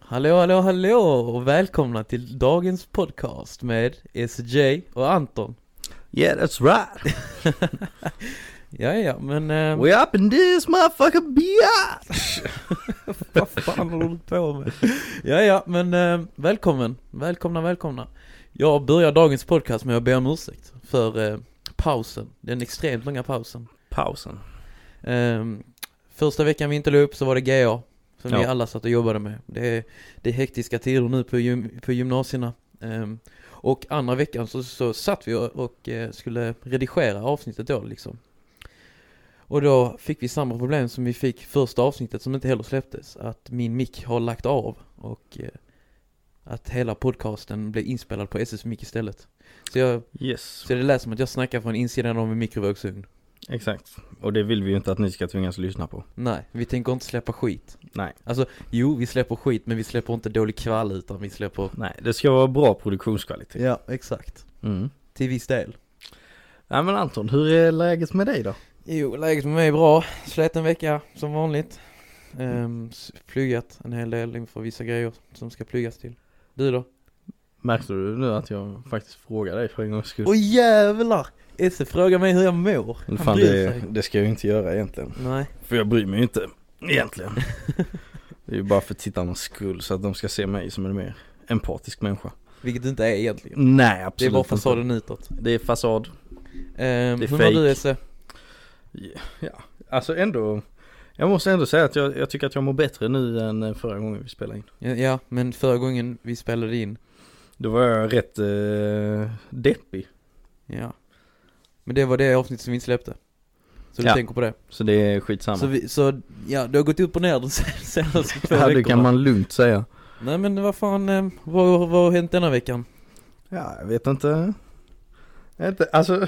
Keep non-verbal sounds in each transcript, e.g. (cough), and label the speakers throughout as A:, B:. A: Hallå, hallå, hallå och välkomna till dagens podcast med SJ och Anton.
B: Yeah, that's right.
A: Ja, ja, men... Eh,
B: We up in this motherfucker bitch.
A: vad fan håller du på med? Ja, ja, men eh, välkommen. Välkomna, välkomna. Jag börjar dagens podcast med att be om ursäkt för eh, pausen. Den extremt långa pausen.
B: Pausen.
A: Ehm, första veckan vi inte la upp så var det GA som vi
B: Ja.
A: alla satt och jobbade med. Det är, det är hektiska tider nu på, gym, på gymnasierna. Ehm, och andra veckan så, så satt vi och, och eh, skulle redigera avsnittet då liksom. Och då fick vi samma problem som vi fick första avsnittet som inte heller släpptes. Att min mick har lagt av och eh, att hela podcasten blev inspelad på SS mick istället. Så, jag,
B: Yes,
A: så det lät som att jag snackar från insidan av en mikrovågsugn.
B: exakt. Och det vill vi ju inte att ni ska tvingas lyssna på.
A: Nej, vi tänker inte släppa skit.
B: Nej.
A: Alltså, jo, vi släpper skit, men vi släpper inte dålig kvall, utan vi släpper...
B: Nej, det ska vara bra produktionskvalitet.
A: Ja, exakt.
B: Mm.
A: Till viss del.
B: Nej men Anton, hur är läget med dig då?
A: Jo, läget med mig är bra. Slät en vecka, som vanligt. Um, pluggat en hel del inför vissa grejer som ska pluggas till. Du då?
B: Märkte du nu att jag faktiskt frågar dig för en gångs skull?
A: Åh jävlar! Esse frågar mig hur jag mår.
B: Men
A: Han
B: Fan,
A: bryr
B: det,
A: sig.
B: det ska jag ju inte göra egentligen.
A: Nej.
B: För jag bryr mig ju inte, (laughs) egentligen. det är ju bara för tittarnas skull, så att de ska se mig som en mer empatisk människa.
A: Vilket du inte är egentligen.
B: Nej,
A: Det är
B: absolut
A: bara
B: inte.
A: fasaden utåt.
B: Det är fasad.
A: Ehm,
B: Det är
A: hur mår du
B: fake.
A: Esse?
B: Alltså ändå Jag måste ändå säga att jag, jag tycker att jag mår bättre nu än eh, förra gången vi spelade in
A: Ja, ja, men förra gången vi spelade in.
B: Då var jag rätt eh, deppig
A: Ja. Men det var det avsnitt som vi inte släppte. Så du
B: Ja.
A: tänker på det?
B: Så det är skitsamma
A: Så, vi, så ja, du har gått upp och ner de (laughs) sen- senaste två
B: Ja det
A: veckorna.
B: kan man lugnt säga
A: Nej men vad fan, eh, vad, vad har hänt denna veckan?
B: Ja jag vet inte Jag vet inte, alltså
A: (laughs)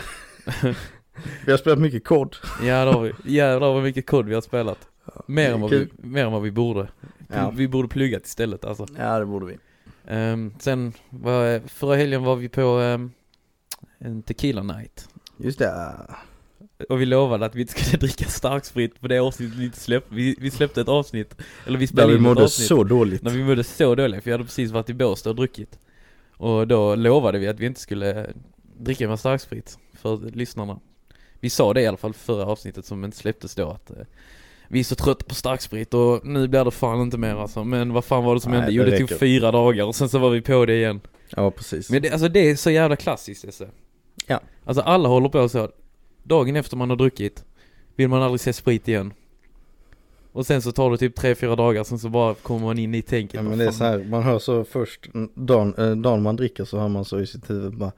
B: Vi har spelat mycket kod
A: Ja det har vi, jävlar vad mycket kod vi har spelat. Mer än vad vi,
B: Kul.
A: mer än vad vi borde.
B: Ja.
A: Vi borde pluggat istället alltså.
B: Ja det borde vi
A: Ehm, sen, var, eh, förra helgen var vi på ehm, en tequila night.
B: Just det
A: Och vi lovade att vi inte skulle (laughs) dricka starksprit på det avsnittet vi inte släppte. Vi, vi släppte ett avsnitt, eller vi
B: Där
A: spelade
B: vi
A: in ett
B: mådde
A: avsnitt.
B: så dåligt
A: När vi mådde så dåliga, för jag hade precis varit i Båstad och druckit. Och då lovade vi att vi inte skulle dricka med starksprit för lyssnarna. Vi sa det i alla fall förra avsnittet som inte släpptes då att eh, vi är så trötta på starksprit och nu blir det fan inte mer alltså. Men vad fan var det som
B: Nej,
A: hände? Jo
B: det
A: det tog
B: räcker.
A: fyra dagar och sen så var vi på det igen.
B: Ja precis
A: Men det, alltså det är så jävla klassiskt Esse.
B: Ja.
A: Alltså alla håller på så. Dagen efter man har druckit vill man aldrig se sprit igen. Och sen så tar det typ tre fyra dagar sen så bara kommer man in i tänket.
B: Ja
A: vad
B: men det är
A: fan-
B: så här, man hör så först dagen, eh, dagen man dricker så hör man så i sitt huvud bara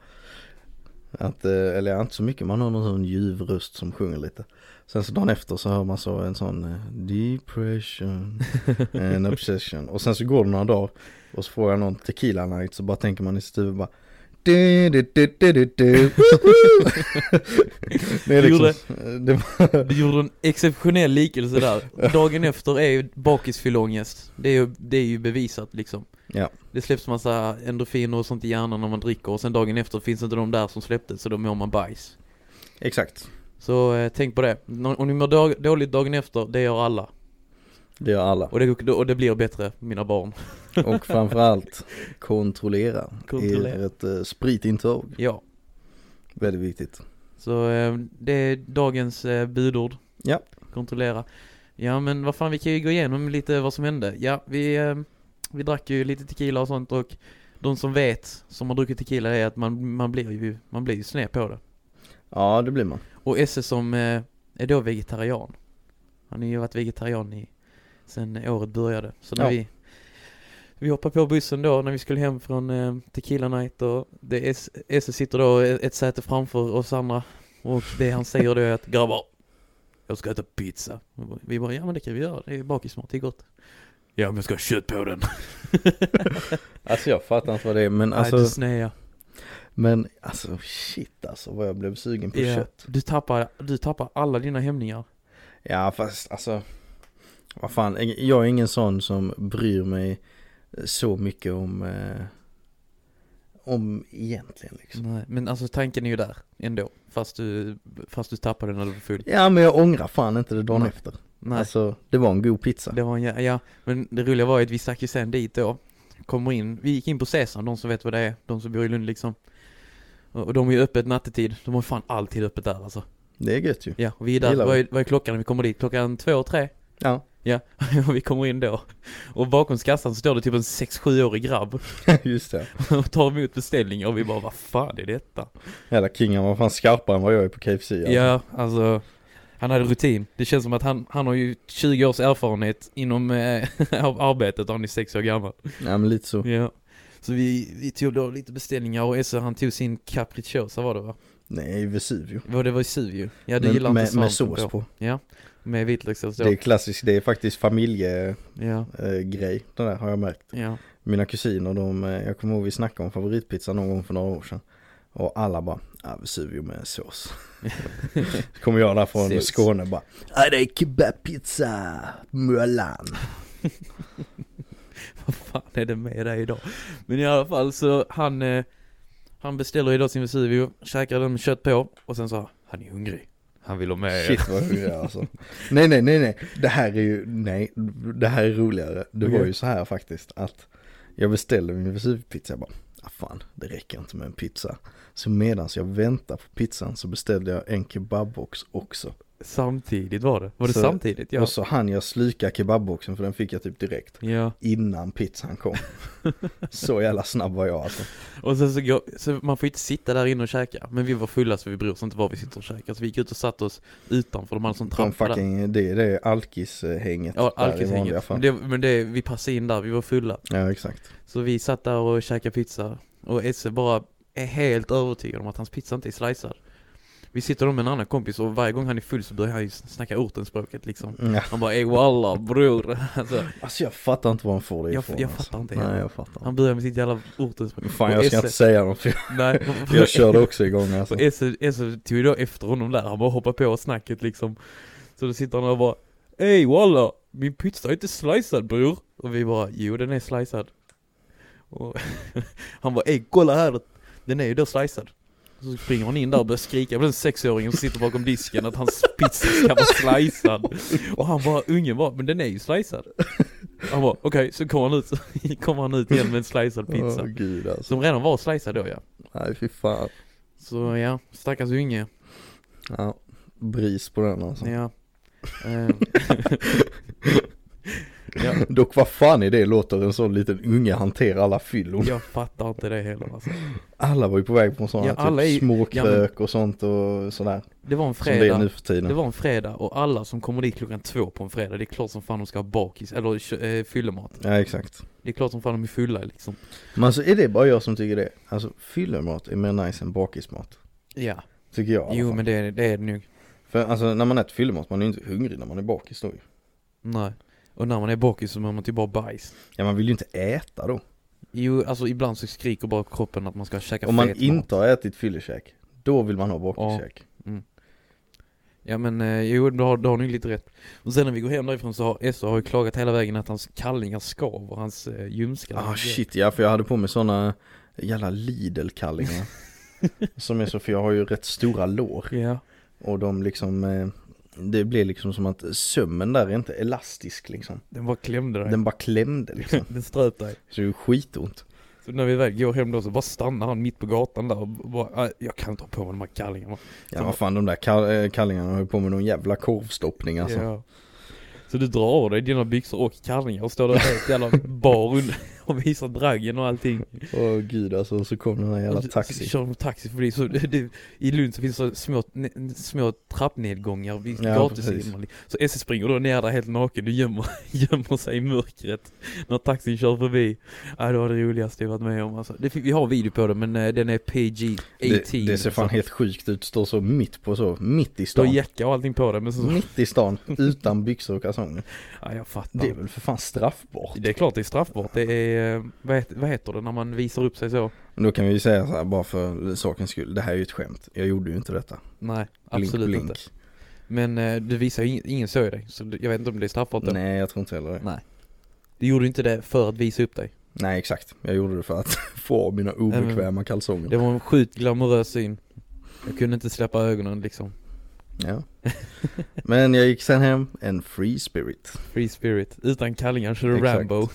B: att, eh, eller ja, inte så mycket, man hör någon sån ljuv röst som sjunger lite. Sen så dagen efter så hör man så en sån eh,
A: (laughs)
B: depression and obsession. Och sen så går det några dagar och så får jag någon tequila night så bara tänker man i sitt huvud bara du, du, du, du, du,
A: (laughs)
B: du. woohoo." (laughs) Det är
A: Du
B: liksom,
A: gjorde-
B: det var,
A: Du gjorde en exceptionell likelse där.
B: (laughs)
A: Dagen efter är ju bakisfyllångest. Det är ju, det är ju bevisat liksom.
B: Ja.
A: Det släpps massa endorfiner och sånt i hjärnan när man dricker och sen dagen efter finns inte de där som släpptes så då mår man bajs.
B: exakt,
A: Så eh, tänk på det. Nå- Om ni mår dag- dåligt dagen efter, det gör alla.
B: det gör alla.
A: Och det, och det blir bättre, mina barn.
B: Och framförallt kontrollera,
A: Kontrollera.
B: ert eh, spritintag.
A: Ja.
B: Väldigt viktigt.
A: Så eh, det är dagens eh, budord.
B: Ja.
A: Kontrollera. Ja men vad fan vi kan ju gå igenom lite vad som hände. Ja vi, eh, vi drack ju lite tequila och sånt och de som vet som har druckit tequila är att man, man blir ju, man blir ju sned på det.
B: Ja, det blir man.
A: Och Esse som eh, är då vegetarian. Han har ju varit vegetarian i, sen året började. Så när
B: Ja.
A: vi, vi hoppade på bussen då när vi skulle hem från eh, Tequila Night och det är, S- Esse sitter då ett säte framför oss andra. Och det han säger då är att grabbar, jag ska äta pizza. Och bara- Vi bara, ja men det kan vi göra, det är bakismat, det är gott. Ja men jag ska ha kött på den.
B: Alltså jag fattar inte vad det är, men
A: Alltså,
B: alltså,
A: Nej, du snea.
B: men alltså shit alltså vad jag blev sugen på
A: Ja.
B: kött.
A: Du tappar, du tappar alla dina hämningar.
B: Ja, fast alltså, vad fan, jag är ingen sån som bryr mig eh, så mycket om, eh, om egentligen liksom.
A: Nej, men alltså tanken är ju där ändå. Fast du, fast du tappar den när du var full.
B: Ja, men jag ångrar fan inte det dagen
A: Nej.
B: efter.
A: Nej,
B: Alltså det var en god pizza.
A: det var en, jä- ja, men det roliga var ju att vi stack ju sen dit då. Kommer in, vi gick in på Sesam, de som vet vad det är, de som bor i Lund liksom. Och och de är ju öppet nattetid, de har fan alltid öppet där alltså.
B: Det är gött ju. (laughs)
A: Ja, och vi är där,
B: Gillar
A: vad är, vad är klockan när vi kommer dit? Klockan två, tre?
B: Ja.
A: Ja, (laughs) och vi kommer in då. Och bakom kassan står det typ en 6-7-årig grabb (laughs)
B: Just det.
A: och tar emot beställningar och vi bara vad fan är detta?
B: Hela kingen var fan skarpare än vad jag är på KFC. alltså.
A: Ja, alltså han hade rutin. Det känns som att han, han har ju 20 års erfarenhet inom eh, (laughs) av arbetet och han är 6 år gammal.
B: ja men lite så.
A: Ja. Så vi, vi tog då lite beställningar och Esse han tog sin capricciosa var det va?
B: Nej, Vesuvio.
A: Vad det var i Suvio? Ja det
B: Men
A: gillar inte
B: med, med
A: svampen
B: sås på.
A: Med vitlökssås
B: Det
A: då.
B: är klassiskt, det är faktiskt familjegrej,
A: Ja,
B: eh, grej, det där har jag märkt.
A: ja.
B: Mina kusiner, de, eh, jag kommer ihåg vi snackade om favoritpizza någon gång för några år sedan. Och alla bara, ah, Vesuvio med
A: (laughs)
B: sås. Så kommer jag där från
A: Sås.
B: Skåne och bara, ah, det är kebabpizza, Möllan.
A: Vad fan är det med dig idag? Men i alla fall så han eh, Han beställer idag sin Vesuvio Käkar den med kött på Och sen sa han är hungrig Han vill ha med
B: Shit vad hungrig jag är, alltså. Nej nej nej nej, det här är ju, nej, det här är roligare. Det var
A: Okej.
B: ju så här faktiskt att jag beställde min vesuvpizza, jag bara, ah, fan det räcker inte med en pizza. Så medan jag väntar på pizzan så beställde jag en kebabbox också.
A: Samtidigt var det Var det
B: Så-
A: samtidigt? Ja
B: Och så hann jag sluka kebabboxen för den fick jag typ direkt.
A: Ja
B: Innan pizzan kom. (laughs) så jävla snabb var jag alltså.
A: Och sen så, går, så man får ju inte sitta där inne och käka Men vi var fulla så vi bryr oss inte var vi sitter och käkar Så vi gick ut och satte oss utanför De hade sån
B: De
A: trappa där
B: fucking, det, det är alkishänget.
A: Ja,
B: där i vanliga
A: alkishänget
B: fall.
A: Men, det, men det, vi passade in där, vi var fulla
B: Ja exakt.
A: Så vi satt där och käkade pizza och Esse bara är helt övertygad om att hans pizza inte är slicead. Vi sitter då med en annan kompis och varje gång han är full så börjar han ju snacka ortenspråket liksom.
B: Ja.
A: Han bara ey walla bror. (laughs) Alltså,
B: Alltså jag fattar inte var han får det
A: Jag-
B: ifrån
A: jag
B: alltså.
A: fattar inte heller.
B: Nej jag fattar inte.
A: han börjar med sitt jävla ortenspråk.
B: Fan
A: Och
B: jag ska
A: Esse-
B: inte säga något för
A: Nej.
B: (laughs) jag körde också igång alltså.
A: Och Esse, Esse tog ju då efter honom där, han bara hoppade på snacket liksom. Så då sitter han och bara ey walla, min pizza är inte slicead bror. Och vi bara jo den är slicead. Och (laughs) han bara ey kolla här, den är ju då slicead. Så springer han in där och börjar skrika på den sexåringen som sitter bakom disken att hans pizza ska vara slicead. Och han bara, ungen bara, men den är ju slicead. Han bara, okej, så kommer han ut, (laughs) kommer han ut igen med en slicead
B: Åh
A: pizza.
B: gud alltså.
A: Som redan var slicead då ja.
B: Nej fy fan.
A: Så ja, stackars unge.
B: Ja. Bris på den alltså.
A: Ja. (laughs) Ehm, ja,
B: (laughs) Dock vad fan är det låter en sån liten unge hantera alla fyllon.
A: jag fattar inte det heller alltså.
B: Alla var ju på väg på sådana
A: Ja, alla är ju-
B: typ småkrök och sånt och sådär.
A: Det var en
B: Som det är
A: fredag.
B: nu för
A: Det
B: tiden.
A: var en fredag och alla som kommer dit klockan två på en fredag, det är klart som fan de ska ha bakis, eller kö- eh, fyllemat.
B: Ja exakt.
A: Det är klart som fan de är fulla liksom.
B: Men alltså är det bara jag som tycker det? Alltså fyllemat är mer nice än bakismat.
A: Ja,
B: Tycker jag i alla
A: jo
B: fall.
A: men det, är- det är det nog.
B: För alltså när man äter fyllemat man är ju inte hungrig när man är bakis då ju.
A: Nej. Och när man är bakis så mår man typ bara bajs.
B: Ja man vill ju inte äta då.
A: Jo, alltså ibland så skriker bara kroppen att man ska käka
B: Om man
A: fet mat.
B: inte har ätit fyllekäk, då vill man ha bakiskäk.
A: Ja men eh, jo, då har, då har ni lite rätt. Och sen när vi går hem därifrån så har Ester har ju klagat hela vägen att hans kallingar skav och hans eh, ljumskar.
B: Ah shit ja, för jag hade på mig såna
A: (laughs)
B: jävla Lidl-kallingar. som är så, för jag har ju rätt stora lår.
A: Ja.
B: Och de liksom, eh, det blir liksom som att sömmen där är inte elastisk liksom.
A: Den bara klämde dig. Den,
B: Den bara klämde
A: (laughs)
B: liksom.
A: ströp dig.
B: Så (laughs) det är skitont.
A: Så när vi väl går hem då så bara stannar han mitt på gatan där och bara, "Aj, jag kan inte ha på mig de här kallingarna.
B: Ja vad fan de där kall- eh, kallingarna har ju på med någon jävla korvstoppning alltså.
A: Ja. Så du drar av dig dina byxor och kallingar och står där helt jävla bar under (laughs) och visar draggen och allting.
B: Åh gud alltså, och så kom den där jävla
A: Och så- Så
B: taxi.
A: kör de taxi förbi. Så det, det, I Lund så finns det så små, ne, små trappnedgångar vid
B: Ja,
A: gatusidan. Så Esse springer då ner där helt naken och gömmer, (laughs) gömmer sig i mörkret när taxin kör förbi. Ja, det var det roligaste jag varit med om alltså. det, fick- Vi har video på det men eh, den är PG-18.
B: Det, det ser fan
A: alltså.
B: helt sjukt ut, står så mitt på så, mitt
A: Du
B: i
A: har
B: stan.
A: jacka och allting på det men så,
B: Mitt
A: (laughs)
B: i stan, utan byxor och kalsonger.
A: ja jag fattar.
B: Det är
A: Det,
B: väl för fan straffbart.
A: är klart det är straffbart. Det är, eh, vad heter, vad heter det när man visar upp sig så?
B: Men då kan vi ju säga så här bara för sakens skull, det här är ju ett skämt. Jag gjorde ju inte detta.
A: Nej,
B: Blink,
A: absolut
B: blink.
A: inte. Men eh, du visar ju ing- ingen så i dig så jag vet inte om det är straffbart. eller?
B: Nej, jag tror inte heller det.
A: Nej. Du gjorde inte det för att visa upp dig.
B: Nej, exakt. Jag gjorde det för att (laughs) få av mina obekväma kalsonger.
A: Det var en sjukt glamorös syn. Jag kunde inte släppa ögonen liksom.
B: Ja. Men jag gick sen hem en free spirit.
A: Free spirit. Utan kallingar körde
B: Exakt.
A: Rambo.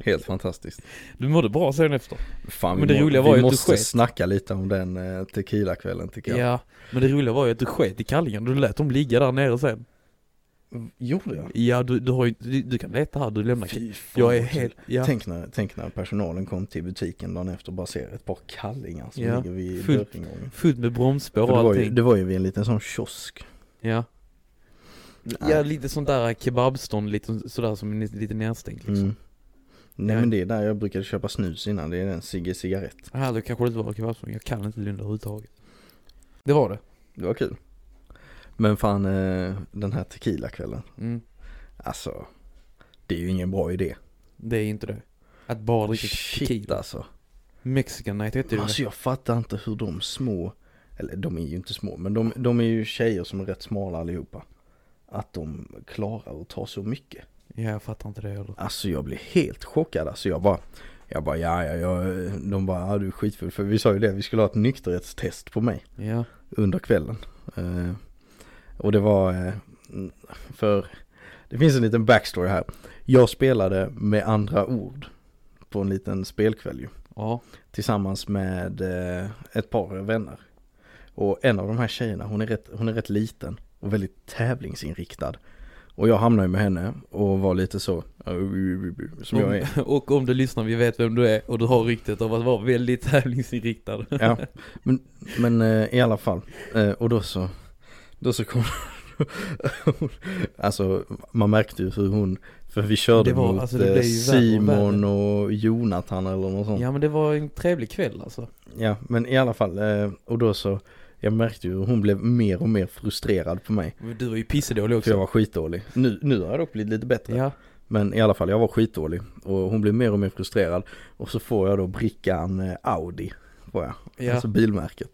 B: Helt fantastiskt.
A: Du mådde bra sen efter.
B: Fan,
A: Men
B: vi
A: det
B: må-
A: roliga var ju
B: vi
A: att du
B: måste
A: sket.
B: snacka lite om den eh, tequila-kvällen tycker
A: Ja.
B: jag.
A: Men det roliga var ju att du sket i kallingarna. Du lät dem ligga där nere sen.
B: Gjorde jag?
A: Ja, du, du, har ju, du, du kan leta här. Du lämnar
B: Fy fan,
A: Jag är
B: vad kul.
A: helt... Ja.
B: Tänk, när, tänk när personalen kom till butiken dagen efter och bara ser ett par kallingar som
A: Ja,
B: ligger vid
A: fullt-
B: dörringången.
A: Fullt med bromsspår
B: För
A: och
B: Det var, ju,
A: allting.
B: det var ju vid en liten sån kiosk.
A: Ja. Ja,
B: Nej.
A: lite sånt där kebabstånd, lite sådär som är lite nedstängt liksom.
B: Mm. Nej
A: Ja.
B: men det är där jag brukade köpa snus innan, det är en cigg cigarett.
A: Ja, då kanske det inte var kebabstånd. Jag kan inte Lund överhuvudtaget. Det var det.
B: Det var kul. Men fan eh, den här tequila-kvällen,
A: Mm.
B: alltså det är ju ingen bra idé.
A: Det är inte det. Att bara dricka
B: Shit
A: tequila.
B: alltså.
A: Mexican night heter det.
B: Alltså jag fattar inte hur de små, eller de är ju inte små, men de, de är ju tjejer som är rätt smala allihopa. Att de klarar att ta så mycket.
A: Ja, jag fattar inte det heller.
B: Alltså jag blev helt chockad alltså jag bara Jag bara ja ja jag, de bara ja du är skitfull för vi sa ju det, vi skulle ha ett nykterhetstest på mig
A: Ja.
B: under kvällen eh, Och det var eh, för Det finns en liten backstory här Jag spelade med andra ord På en liten spelkväll ju
A: Ja.
B: Tillsammans med eh, ett par vänner Och en av de här tjejerna hon är rätt, hon är rätt liten och väldigt tävlingsinriktad och jag hamnade ju med henne och var lite så, eh, som jag är.
A: (laughs) Och om du lyssnar, vi vet vem du är och du har ryktet av att vara väldigt (laughs) tävlingsinriktad.
B: Ja, men, men eh, i alla fall. Eh, och då så, då så kom (laughs) Alltså man märkte ju hur hon, för vi körde
A: Det var-
B: mot
A: alltså, det
B: eh,
A: blev ju värre och
B: Simon och Jonathan eller något sånt. Ja.
A: Ja, men det var en trevlig kväll alltså.
B: men i alla fall. Eh, och då så, jag märkte ju hur hon blev mer och mer frustrerad på mig.
A: Men Du var ju pissedålig
B: För jag
A: också.
B: var skitdålig. Nu, nu har jag dock blivit lite bättre.
A: Ja.
B: Men i alla fall, jag var skitdålig. Och hon blev mer och mer frustrerad. Och så får jag då brickan eh, Audi. Får jag.
A: Ja.
B: Alltså bilmärket.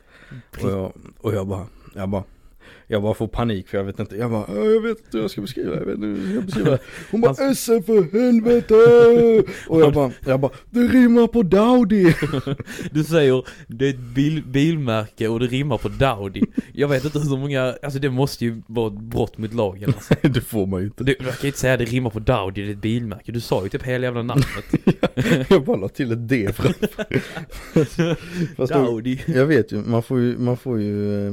B: Och jag, och jag bara, jag bara jag bara får panik för jag vet inte, jag bara "Äh, jag vet inte hur jag ska beskriva, jag vet inte hur jag ska beskriva (laughs) Hon bara
A: Alltså-
B: össe för helvete! Och jag bara, jag bara det rimmar på Daudi!
A: Du säger det är ett bil, bilmärke och det rimmar på Dowdy. Jag vet inte hur många, alltså det måste ju vara ett brott mot lagen. Alltså.
B: (laughs) Det får man ju inte
A: Du, jag kan ju inte säga det rimmar på Dowdy, det är ett bilmärke. Du sa ju typ hela jävla namnet.
B: Jag bara la till ett D framför (laughs) Fast då,
A: Dowdy.
B: jag vet ju, man får ju, man får ju eh,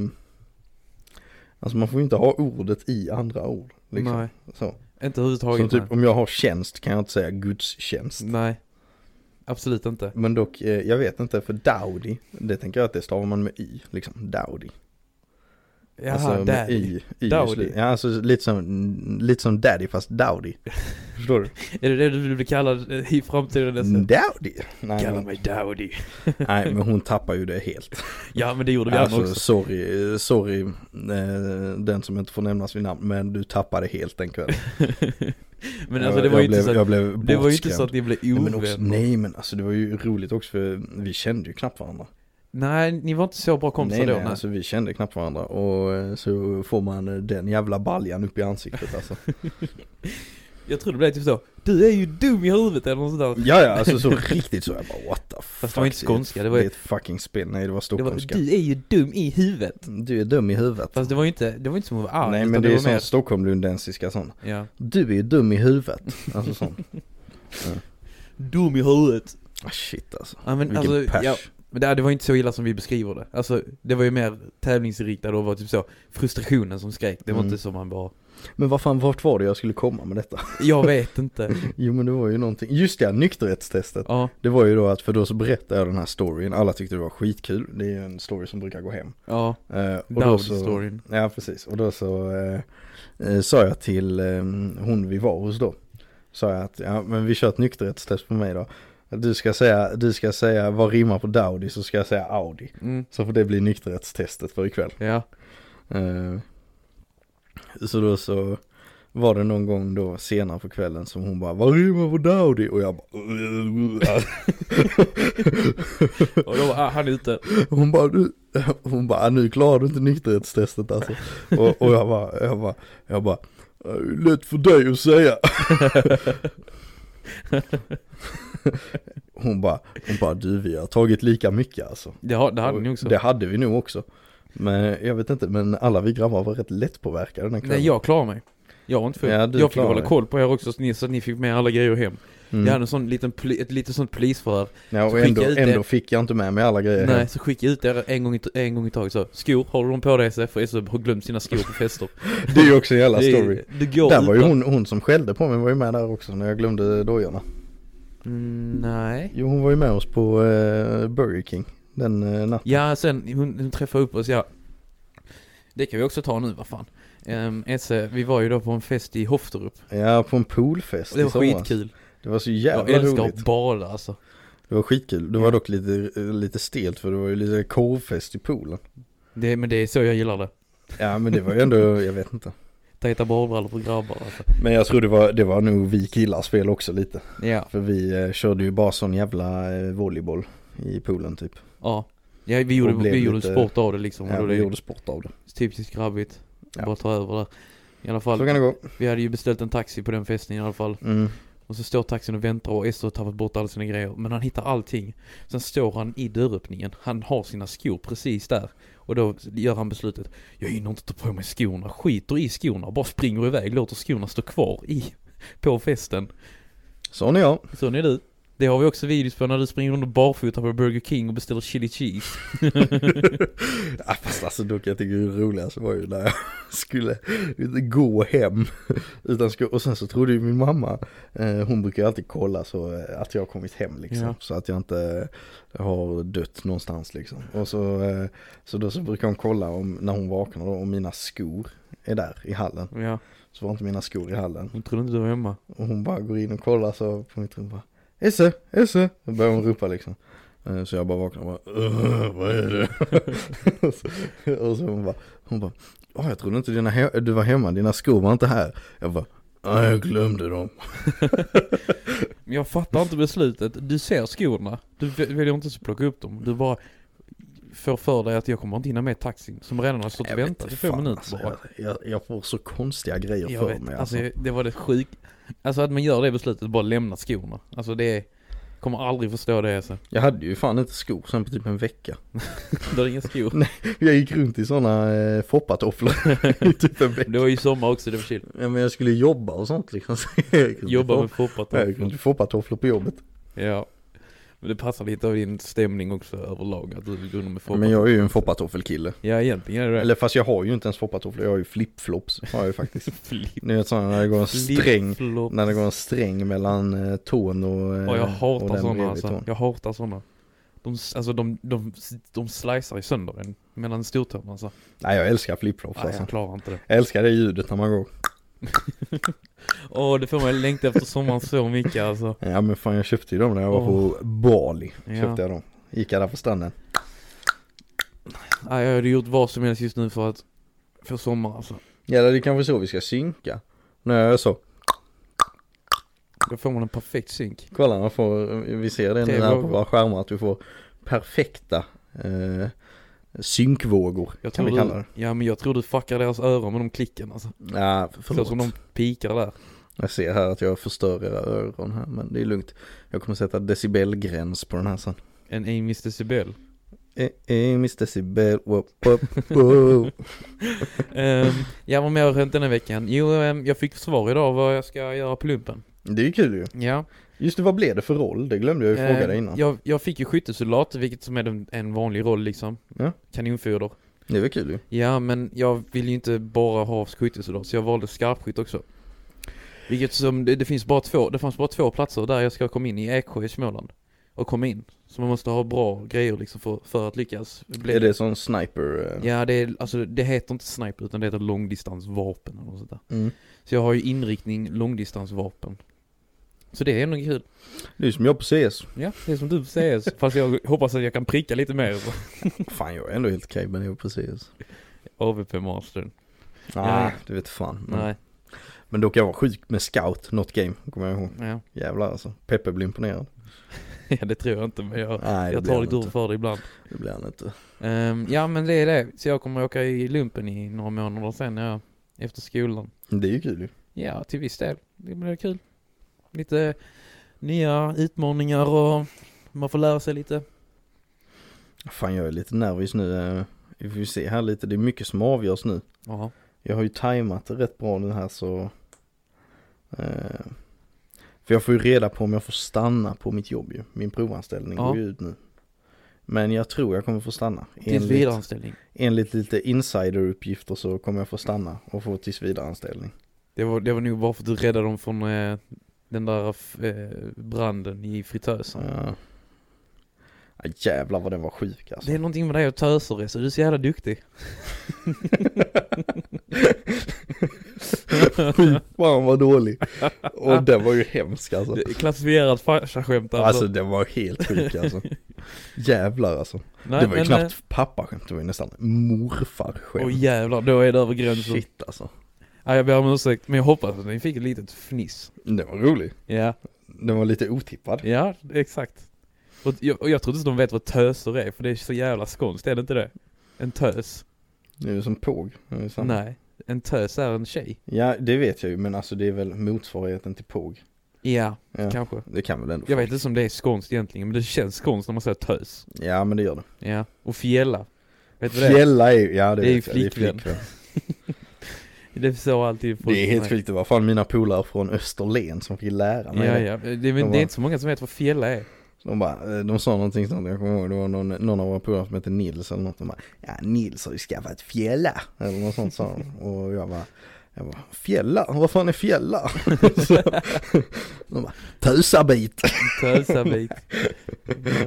B: Alltså man får ju inte ha ordet i andra ord liksom.
A: Nej,
B: Så.
A: inte
B: Som
A: överhuvudtaget.
B: typ om jag har tjänst kan jag inte säga gudstjänst
A: nej. nej, absolut inte.
B: Men dock, eh, jag vet inte, för Dowdy, det tänker jag att det stavar man med y, liksom Dowdy.
A: Jaha,
B: alltså med
A: Daddy.
B: y, y i
A: Dowdy.
B: slut. Ja, alltså lite som, lite som daddy
A: (laughs)
B: fast Dowdy. Förstår du?
A: Är det det du blir kallad eh, i framtiden?
B: Mm.
A: Alltså?
B: Dowdy! Nej
A: Kalla
B: men,
A: mig Dowdy.
B: nej, men hon tappar ju det helt.
A: Ja, men det gjorde vi andra
B: Alltså
A: också.
B: sorry, eh, sorry eh, den som inte får nämnas vid namn, men du tappade helt den kvällen.
A: (laughs) men alltså
B: Jag-
A: det var
B: jag
A: ju inte
B: blev,
A: så
B: Jag
A: att,
B: blev
A: det var ju inte
B: bortskrämd.
A: så att ni blev
B: Nej, men också,
A: ovänner.
B: nej men alltså det var ju roligt också för vi kände ju knappt varandra.
A: Nej, ni var inte så bra kompisar
B: nej,
A: då.
B: nej,
A: nej.
B: alltså vi kände knappt varandra och eh, så får man eh, den jävla baljan upp i
A: (laughs)
B: ansiktet alltså.
A: Jag tror det blev typ så, du är ju dum i huvudet eller något sånt där.
B: ja, ja, alltså så riktigt så jag bara what the fuck.
A: Fast det var inte skånska, det var
B: Det är
A: ju,
B: ett fucking spel, nej det var
A: det var,
B: stockholmska.
A: du är ju dum i huvudet.
B: Du är dum i huvudet.
A: Fast det var ju inte, det var inte som att vara arg.
B: nej
A: utan
B: men det är
A: var
B: sån
A: mer-
B: stockholmlundensiska sån.
A: Ja.
B: Du är ju dum i huvudet. Alltså sån.
A: (laughs) Dum i huvudet.
B: Ah, shit alltså.
A: Ja, men
B: Vilken
A: alltså,
B: pers.
A: ja, men det, det var inte så illa som vi beskriver det. Alltså, det var ju mer tävlingsinriktad och var typ så, frustrationen som skrek. Det var
B: Mm.
A: inte som man bara,
B: Men vad fan, vart var det jag skulle komma med detta? (laughs)
A: jag vet inte.
B: Jo men det var ju någonting, just det, nykterhetstestet.
A: Ja,
B: Det var ju då att, för då så berättade jag den här storyn, alla tyckte det var skitkul, det är ju en story som brukar gå hem.
A: ja,
B: Eh, och då så-
A: Dowd-storyn.
B: Ja precis, och då så eh, eh, sa jag till eh, hon vi var hos då Sa jag att, ja men vi kör ett nykterhetstest på mig då Du ska säga, du ska säga vad rimmar på Dowdy så ska jag säga Audi
A: Mm.
B: Så får det bli nykterhetstestet för ikväll
A: Ja,
B: eh, Så då så var det någon gång då senare på kvällen som hon bara Vad rimmar på Dowdy? Och jag (laughs) bara
A: och då var ah, han ute.
B: Hon bara, du, hon bara, nu klarar du inte nykterhetstestet alltså. Och, och jag bara, jag bara, jag bara, "Eh, lätt för dig att säga. Hon bara, hon bara, du vi har tagit lika mycket alltså.
A: Det, har- det hade ni också.
B: Det hade vi nog också. Men jag vet inte, men alla vi grabbar var rätt lättpåverkade den kvällen.
A: Nej jag klarar mig. Jag var inte full.
B: Ja, du
A: jag fick
B: klarar
A: hålla
B: dig.
A: koll på er också så ni, så att ni fick med alla grejer hem.
B: Mm.
A: Jag hade en sån liten, poli- ett litet sånt polisförhör.
B: ja,
A: så
B: och ändå,
A: skickade jag ut
B: ändå
A: det.
B: fick jag inte med mig alla grejer.
A: Nej, så skickade jag ut er en gång, i- en gång i taget så. Skor, håller de på dig så för SÖ har glömt sina skor på
B: (laughs)
A: fester.
B: Det är ju också en jävla
A: Det är-
B: story.
A: Det går
B: Där var ju
A: utan-
B: hon, hon som skällde på mig var ju med där också när jag glömde dojorna.
A: Mm, nej.
B: Jo hon var ju med oss på eh, Burger King den eh, natten.
A: Ja, sen hon, hon träffade upp oss, ja. Det kan vi också ta nu, vad fan. Um, Esse, vi var ju då på en fest i Hofterup.
B: Ja på en poolfest
A: Och det
B: i
A: var
B: somras.
A: skitkul.
B: Det var så
A: Jag
B: jävla
A: älskar att
B: roligt.
A: bada alltså.
B: Det var skitkul. Det var dock lite, eh, lite stelt för det var ju lite korvfest i poolen.
A: Det, men det är så jag gillar det.
B: Ja men det var ju ändå, jag vet inte.
A: Tajta badbrallor på grabbar alltså.
B: Men jag tror det var, det var nog vi killars fel också lite.
A: Ja.
B: För vi eh, körde ju bara sån jävla eh, volleyboll i poolen typ.
A: Ja. Ja, vi gjorde,
B: Och blev
A: vi gjorde
B: lite-
A: sport av det liksom.
B: Ja,
A: och då
B: vi
A: det
B: gjorde sport av det.
A: är typiskt grabbigt.
B: Ja.
A: Bara ta över där. I alla
B: Så
A: fall,
B: kan det gå.
A: vi hade ju beställt en taxi på den festen i alla fall.
B: Mm.
A: Och så står taxin och väntar och Esse har tappat bort alla sina grejer. Men han hittar allting. Sen står han i dörröppningen. Han har sina skor precis där. Och då gör han beslutet. Jag hinner inte ta på mig skorna. Skiter i skorna. Bara springer iväg. Låter skorna stå kvar i. På festen.
B: Sån är jag.
A: Så är du. Det har vi också videos på när du springer under barfota på Burger King och beställer chili cheese.
B: Ja, fast alltså dock jag tycker det roligaste var ju när jag (laughs) skulle gå hem utan sko- och sen så trodde ju min mamma, eh, hon brukar ju alltid kolla så eh, att jag har kommit hem liksom
A: Ja.
B: så att jag inte har dött någonstans liksom. Och så, eh, så då så brukar hon kolla om, när hon vaknar då, om mina skor är där i hallen.
A: Ja,
B: Så var inte mina skor i hallen.
A: hon trodde inte du var hemma.
B: Och hon bara går in och kollar så på mitt rum bara Esse, Esse! Då börjar hon ropa liksom Eh, Så jag bara vaknar och bara "Ugh, Vad är det? (laughs) och, så, och så hon bara Hon bara Åh jag trodde inte dina he- du var hemma, dina skor var inte här Jag bara Nej jag glömde dem
A: Men jag fattar inte beslutet. Du ser skorna. Du vä- väljer inte att plocka upp dem. Du bara får för dig att jag kommer inte hinna med taxin som redan har stått och
B: vet
A: väntat i
B: inte
A: fem
B: fan,
A: minuter
B: alltså,
A: bara.
B: jag, jag, jag får så konstiga grejer
A: Jag
B: för
A: vet,
B: mig
A: alltså,
B: alltså.
A: det var det sjuk Alltså att man gör det beslutet, bara lämna skorna. Alltså det är, kommer aldrig förstå det alltså.
B: Jag hade ju fan inte skor sen på typ en vecka (laughs)
A: Du har inga skor.
B: Jag gick runt i sådana eh, foppatofflor (laughs) i typ
A: (laughs)
B: en vecka
A: Det var ju sommar också, det var chill.
B: ja, men jag skulle jobba och sånt liksom så jag gick runt i
A: Jobba
B: fopp-
A: med poppat.
B: Ja, Jag gick runt i foppatofflor på jobbet
A: Ja. Men det passar lite av din stämning också överlag, att du går runt med
B: Ja,
A: poppat.
B: Men jag är ju en foppatoffelkille.
A: Ja egentligen är det det.
B: Eller fast jag har ju inte ens foppatofflor, jag har ju flipflops. Har jag ju faktiskt.
A: (laughs) Flip,
B: Ni vet sådana när det går en sträng,
A: flip-flop.
B: när det går en sträng mellan eh, tån och, eh,
A: Ja, jag
B: och
A: hatar
B: den
A: sådana
B: bredvid
A: alltså.
B: tån.
A: Jag hatar sådana. De, s- alltså de, de, de slicear ju sönder en mellan stortårna alltså.
B: Nej jag älskar flipflops
A: Nej,
B: alltså.
A: jag klarar inte det.
B: Jag älskar det ljudet när man går.
A: Åh, det får mig längta efter sommaren så mycket alltså.
B: Ja men fan jag köpte ju dem när jag var på Bali.
A: Ja.
B: Köpte jag dem. Gick jag där på stranden.
A: Nej, jag hade gjort vad som helst just nu för att få sommar alltså.
B: Ja det är kanske så vi ska synka. När jag så,
A: Då får man en perfekt synk.
B: kolla man får, vi ser det nu
A: Tre
B: här på
A: vågor.
B: våra skärmar att vi får perfekta eh, synkvågor.
A: Jag tror
B: kan vi
A: du,
B: kalla det.
A: Ja men jag tror du fuckar deras öron med de klicken alltså.
B: Ja,
A: Så
B: förlåt.
A: som de pikar där.
B: Jag ser här att jag förstör era öron här, men det är lugnt. Jag kommer sätta decibelgräns på den här sen.
A: En Amy Decibel.
B: Eh, eh, Miss Decibel, wop, wop, wop.
A: um, ja vad mer har hänt den här veckan? Jo, ehm, jag fick svar idag vad jag ska göra på lumpen.
B: (laughs) Det är ju kul ju.
A: Ja.
B: Just det, vad blev det för roll? Det glömde jag ju fråga
A: Eh,
B: dig innan.
A: Jag, jag fick ju skyttesoldat, vilket som är en, en vanlig roll liksom.
B: Ja.
A: Kanonfoder.
B: Det var kul ju.
A: Ja, men jag vill ju inte bara ha skyttesoldat, så jag valde skarpskytt också. Vilket som, det, det finns bara två, det fanns bara två platser där jag ska komma in, i Eksjö i Småland. Och komma in. Så man måste ha bra grejer liksom för, för att lyckas. Bli-
B: Är det sån sniper? eh?
A: Ja, det är, alltså det heter inte sniper utan det heter långdistansvapen eller något sånt där.
B: Mm.
A: Så jag har ju inriktning långdistansvapen. Så det är nog kul.
B: Det är som jag på CS.
A: Ja, det är som du säger. Fast jag hoppas att jag kan pricka lite mer.
B: Fan, jag är ändå helt okej, men jag är på CS.
A: AVP-mastern.
B: Ah, det vet fan. Men,
A: Nej,
B: men dock, jag var sjuk med scout, not game, kommer jag ihåg.
A: ja.
B: Jävlar alltså. Peppe blir imponerad.
A: (laughs) ja, det tror jag inte men jag,
B: Nej, det
A: jag
B: blir
A: tar
B: han
A: lite ur
B: inte.
A: för det ibland.
B: Det blir han inte.
A: Ehm, ja men det är det. Så jag kommer åka i lumpen i några månader sen ja, efter skolan.
B: Det är ju kul ju.
A: Ja, till viss del. Det blir kul. Lite nya utmaningar och man får lära sig lite.
B: Fan jag är lite nervös nu eh, Vi får ju se här lite, det är mycket som avgörs nu.
A: Ja.
B: Jag har ju tajmat det rätt bra nu här så eh, För jag får ju reda på om jag får stanna på mitt jobb ju Min provanställning
A: Ja.
B: går ju ut nu Men jag tror jag kommer få stanna
A: Tills
B: enligt,
A: vidareanställning.
B: enligt lite insideruppgifter så kommer jag få stanna och få tills vidareanställning
A: Det var, det var nog bara för att du räddade dem från eh, den där eh, branden i
B: så.
A: fritösen.
B: Ja. Ja, jävlar vad den var sjuk alltså
A: Det är någonting med dig och töser Reza, du är så jävla duktig.
B: (laughs) Fy fan vad dålig Och den var ju hemsk alltså
A: Det är Klassifierat farsaskämt
B: Alltså den var helt sjuk alltså Jävlar alltså
A: Nej,
B: det var ju
A: men,
B: knappt pappaskämt, det var ju nästan
A: eh,
B: morfarskämt.
A: Åh jävlar, då är det över gränsen.
B: Shit alltså.
A: Ja, jag ber om ursäkt, men jag hoppas att ni fick ett litet fniss.
B: Den var rolig.
A: Ja,
B: Den var lite otippad.
A: ja exakt. Och jag, och jag tror inte de vet vad töser är, för det är så jävla skånskt, är det inte det? En tös?
B: Det är ju som påg. Det är ju samma.
A: Nej, en tös är en tjej.
B: Ja, det vet jag ju, men alltså det är väl motsvarigheten till påg.
A: Ja,
B: Ja,
A: kanske.
B: det kan väl ändå.
A: Jag vet inte om det är skånskt egentligen, men det känns skånskt när man säger tös.
B: Ja, men det gör det.
A: Ja, och fjälla. Vet du vad det är?
B: Fjälla är ju, ja det,
A: Det är ju
B: vet jag,
A: flickvän.
B: Det är,
A: Det sa alltid folk
B: det är
A: till
B: helt
A: mig.
B: sjukt, det var fan mina polare från Österlen som fick lära mig
A: Ja,
B: det.
A: ja. Det, men det
B: bara-
A: är inte så många som vet vad fjälla är.
B: De bara, eh, de sa någonting sånt, jag kommer ihåg, det var någon, någon av våra polare som hette Nils eller något, de bara Ja Nils har ju skaffat fjälla, eller något sånt sa de Och jag bara, jag bara Fjälla, vad fan är fjälla? (laughs) Så, de bara,
A: (laughs)
B: tösabit!
A: Tösabit.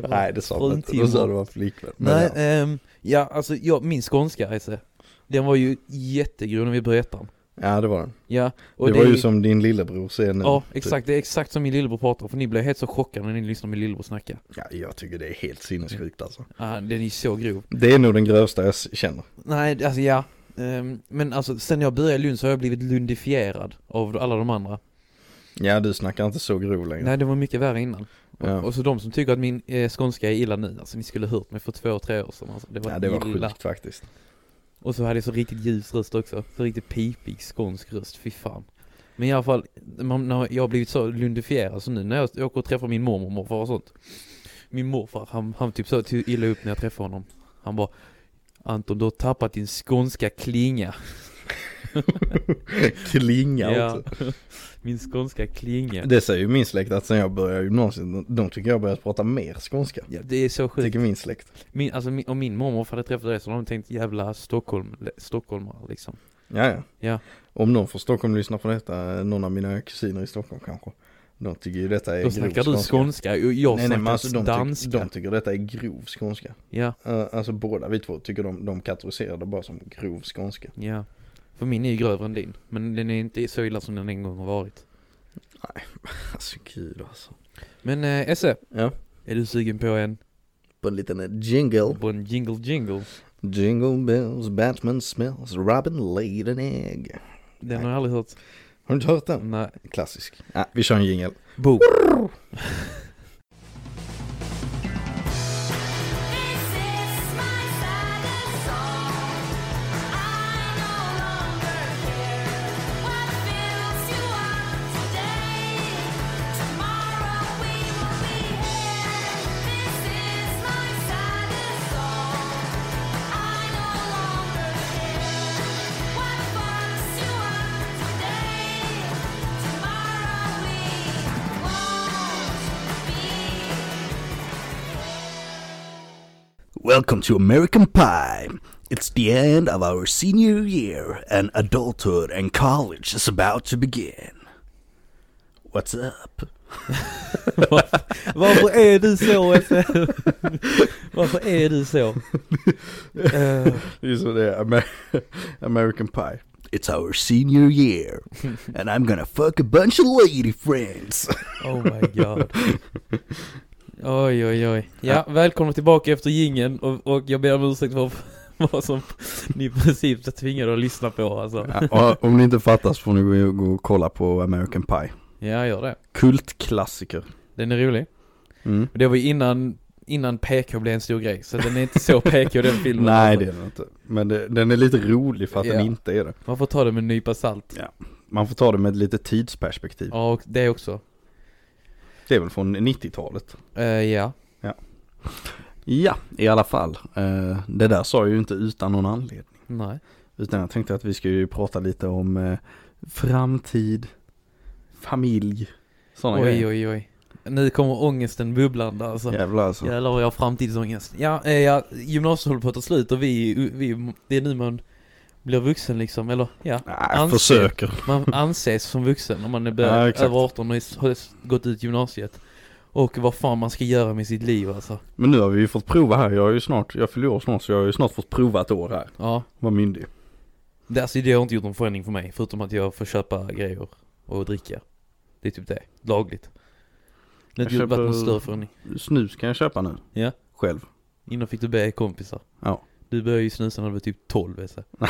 B: Nej det sa de inte,
A: Fruntimmer.
B: de sa det var flickvän Men
A: Nej,
B: ja.
A: ehm, ja alltså jag, min skånska Esse, den var ju jättegrov när vi började ettan.
B: ja det var den
A: Ja,
B: Det,
A: och
B: var
A: är-
B: ju som din lillebror ser nu
A: Ja,
B: typ.
A: exakt, det är exakt som min lillebror pratar, för ni blev helt så chockade när ni lyssnade på min lillebror snacka.
B: ja, Jag tycker det är helt sinnessjukt alltså
A: Ah, den är ju så grov.
B: Det är nog den grövsta jag s- känner
A: Nej, alltså ja. Ehm, men alltså sen jag började i Lund så har jag blivit lundifierad av alla de andra.
B: Ja du snackar inte så grov längre
A: Nej, det var mycket värre innan.
B: Ja.
A: Och, och så de som tycker att min eh, skånska är illa nu, alltså ni skulle hört mig för två, tre år sedan. Alltså, det var,
B: Ja det var
A: illa.
B: sjukt faktiskt (laughs)
A: Och så hade jag så riktigt ljus röst också, så riktigt pipig skånsk röst, fy fan. Men i alla fall, man, när jag har blivit så lundifierad så nu när jag åker och träffar min mormor och morfar och sånt. Min morfar, han, han typ så ty- illa upp när jag träffar honom. Han bara Anton, du har tappat din skånska klinga. (laughs)
B: Klinga också
A: Min skånska klinga.
B: Det säger ju min släkt att sen jag började gymnasiet, de tycker jag börjat prata mer skånska.
A: Ja, det är så sjukt.
B: Tycker min släkt.
A: Min, alltså, min, om min mormor hade träffat dig så hade de tänkt jävla Stockholm, stockholmare liksom.
B: Ja, ja.
A: Ja.
B: Om någon från Stockholm lyssnar på detta, någon av mina kusiner i Stockholm kanske. De tycker ju detta är
A: Då
B: grov
A: snackar du skånska, och jag
B: Nej, nej, men
A: snackar
B: alltså, de,
A: danska.
B: tyck, de tycker detta är grov skånska.
A: Ja.
B: Eh, alltså båda vi två tycker de, de kategoriserar det bara som grov skånska.
A: Ja, för min är ju grövre än din. Men den är inte så illa som den en gång har varit.
B: Alltså gud alltså.
A: Men eh, Esse,
B: Ja,
A: är du sugen på en,
B: på en liten eh, jingle.
A: på en jingle jingle?
B: Jingle bells, Batman smells, Robin laid an egg.
A: Den har jag aldrig hört.
B: Har du inte hört den?
A: Nej.
B: Klassisk. Ja, vi kör en jingle.
A: Boom.
C: Welcome to American Pie. It's the end of our senior year, and adulthood and college is about to begin. What's up?
A: Varför är du så Esse? Varför är du
B: (laughs)
A: så? Eh,
B: Det är så det är, Amer- (laughs) American Pie.
C: It's our senior year, and I'm gonna fuck a bunch of lady friends.
A: oh my god. Oj oj oj. Ja, välkomna tillbaka efter jingeln och, och jag ber om ursäkt för (laughs) vad som ni i princip tvingade att lyssna på alltså.
B: Ja, och om ni inte fattar så får ni gå- gå och kolla på American Pie.
A: Ja, gör det.
B: Kultklassiker.
A: Den är rolig.
B: Mm.
A: Men Det var ju innan, innan PK blev en stor grej, så den är inte så PK den filmen.
B: Nej
A: alltså.
B: det är den inte. Men det, den är lite rolig för att
A: Ja.
B: den inte är det.
A: Man får ta det med en nypa salt.
B: Man får ta det med lite tidsperspektiv.
A: Ja, och det också.
B: Det är väl från 90-talet.
A: Eh, ja.
B: Ja, i alla fall. Eh, Det där sa jag ju inte utan någon anledning.
A: Nej.
B: Utan jag tänkte att vi ska ju prata lite om eh, framtid, familj, sådana
A: Oj,
B: grejer.
A: oj, oj. Nu kommer ångesten bubblande alltså.
B: Jävlar alltså.
A: Jävlar vad jag har framtidsångest. Ja, eh, ja gymnasiet håller på att ta slut och vi, vi, det är nu man blir vuxen liksom, eller ja,
B: Nej,
A: Anser-
B: försöker. (laughs)
A: man anses som vuxen om man är bör-
B: Ja, exakt.
A: över 18 och är s- har s- gått ut gymnasiet. Och vad fan man ska göra med sitt liv alltså.
B: Men nu har vi ju fått prova här. Jag är ju snart, jag fyller år snart så jag har ju snart fått prova ett år här.
A: Ja,
B: Var myndig.
A: det, alltså, det har inte gjort någon förändring för mig, förutom att jag får köpa grejer och dricka. Det är typ det, lagligt. Det har
B: Jag
A: inte gjort- varit någon
B: köper-
A: större förändring.
B: Snus kan jag köpa nu.
A: Ja.
B: Själv.
A: Innan fick du be kompisar.
B: Ja.
A: Du började ju snusa när du var typ 12 vet jag.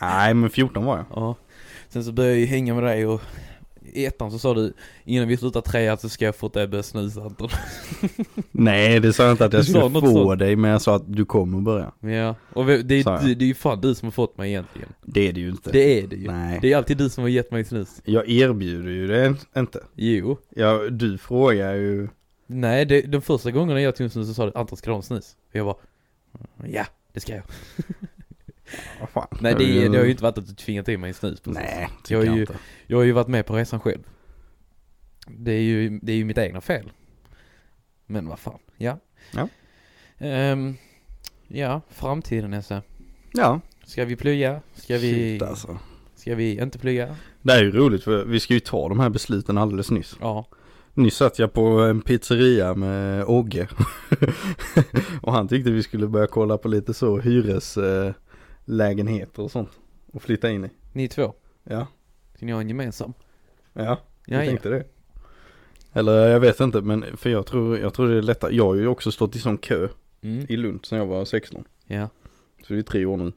B: Nej, men 14 var jag.
A: Ja. Sen så började jag ju hänga med dig och i ettan så sa du innan vi slutar trean så ska jag få dig att börja snusa
B: (laughs)
A: Anton.
B: Nej, det sa jag inte att jag
A: Du sa
B: skulle
A: något
B: få
A: sånt.
B: dig, men jag sa att du kommer börja.
A: Ja, och det, det,
B: Sa jag.
A: det, det är ju fan du som har fått mig egentligen.
B: Det är det ju inte.
A: Det är det ju.
B: Nej.
A: Det är alltid du som har gett mig snus.
B: Jag erbjuder ju det inte.
A: Jo.
B: Jag, du frågar ju.
A: Nej, det, de första gångerna jag tog snus så sa du Anton ska du ha en snus? Och jag bara, ja det ska jag.
B: Vad fan.
A: Nej det,
B: Jag-
A: det har ju inte varit att du tvingat i mig en snus precis.
B: Nej, tycker
A: Jag är
B: jag,
A: ju-
B: inte.
A: Jag har ju varit med på resan själv. Det är ju, det är ju mitt egna fel. Men vad fan, ja.
B: Ja.
A: Ehm, ja, framtiden Nesse.
B: Ja.
A: Ska vi plugga? Ska vi,
B: Shit, alltså.
A: ska vi inte plugga?
B: Det här är ju roligt för vi ska ju ta de här besluten alldeles nyss.
A: Ja,
B: Nyss satt jag på en pizzeria med Ogge. (laughs) och han tyckte vi skulle börja kolla på lite så hyreslägenheter och sånt. Och flytta in i.
A: ni två.
B: Ja,
A: Ska ni ha en gemensam?
B: ja.
A: Ja,
B: jag
A: ja.
B: tänkte det. Eller jag vet inte, men för jag tror, jag tror det är lättare. Jag har ju också stått i sån kö
A: Mm.
B: i Lund sedan jag var 16.
A: Ja,
B: Så det är tre år nu.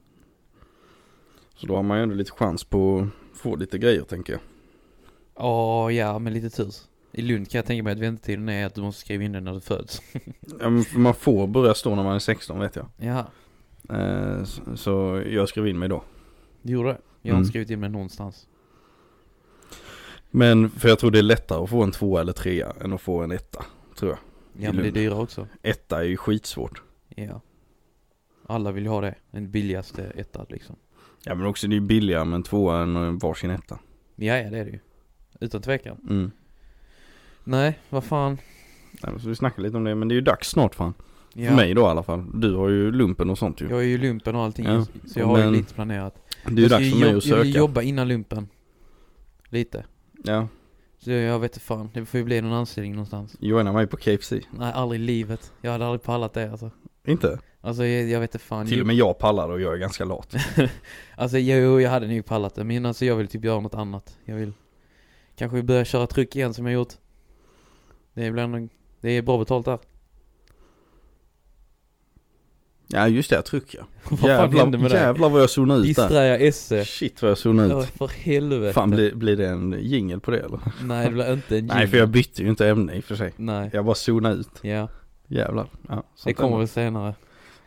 B: Så då har man ju ändå lite chans på att få lite grejer tänker jag.
A: Åh, ja med lite tur. I Lund kan jag tänka mig att väntetiden är att du måste skriva in den när du föds.
B: Ja, men för Man får börja stå när man är 16 vet jag.
A: Ja,
B: Eh, så- Så jag skrev in mig då.
A: du gjorde det. Jag har inte
B: Mm.
A: skrivit in mig någonstans.
B: Men för jag tror det är lättare att få en tvåa eller trea än att få en etta. Tror jag.
A: Ja,
B: I
A: men det är
B: Lund.
A: dyrare också.
B: Etta är ju skitsvårt.
A: Ja. Alla vill ju ha det. Den billigaste ettan liksom.
B: Ja men också det är ju billigare med en tvåa än en varsin etta.
A: Ja, ja det är det ju. Utan tvekan.
B: Mm.
A: Nej, vad fan.
B: Nej, men Så vi snackar lite om det men det är ju dags snart fan.
A: Ja,
B: För mig då i alla fall. Du har ju lumpen och sånt ju.
A: Jag är ju i lumpen och allting,
B: Ja,
A: så jag har ju
B: men-
A: lite planerat.
B: det är ju
A: jag ska
B: dags för
A: ju
B: mig
A: jobb-
B: att
A: Jag vill ju
B: söka.
A: jobba innan lumpen. Lite.
B: Ja,
A: Så jag vet inte fan, det får ju bli någon anställning någonstans.
B: joina mig på KFC.
A: Nej, aldrig i livet. Jag hade aldrig pallat det alltså.
B: Inte?
A: Alltså jag, jag vet inte fan.
B: Till och med jag pallar och jag är
A: (laughs)
B: ganska lat.
A: Alltså jo, jag hade nog pallat det, men alltså jag vill typ göra något annat. Jag vill kanske börja köra truck igen som jag gjort. Det är bland det är bra betalt där.
B: Ja just det, jag trycker.
A: Vad fan hände med det?
B: jävlar vad jag zonade ut där.
A: Distraja esse.
B: Shit vad jag zonade
A: Ja,
B: ut.
A: för helvete.
B: Fan blir, blir det en jingel på det eller?
A: Nej, det blir inte en
B: Nej för
A: jingle.
B: jag bytte ju inte ämne i och för sig.
A: Nej,
B: Jag bara zonade ut.
A: ja.
B: Jävlar. Ja,
A: Det
B: sånt
A: kommer
B: händer.
A: väl senare.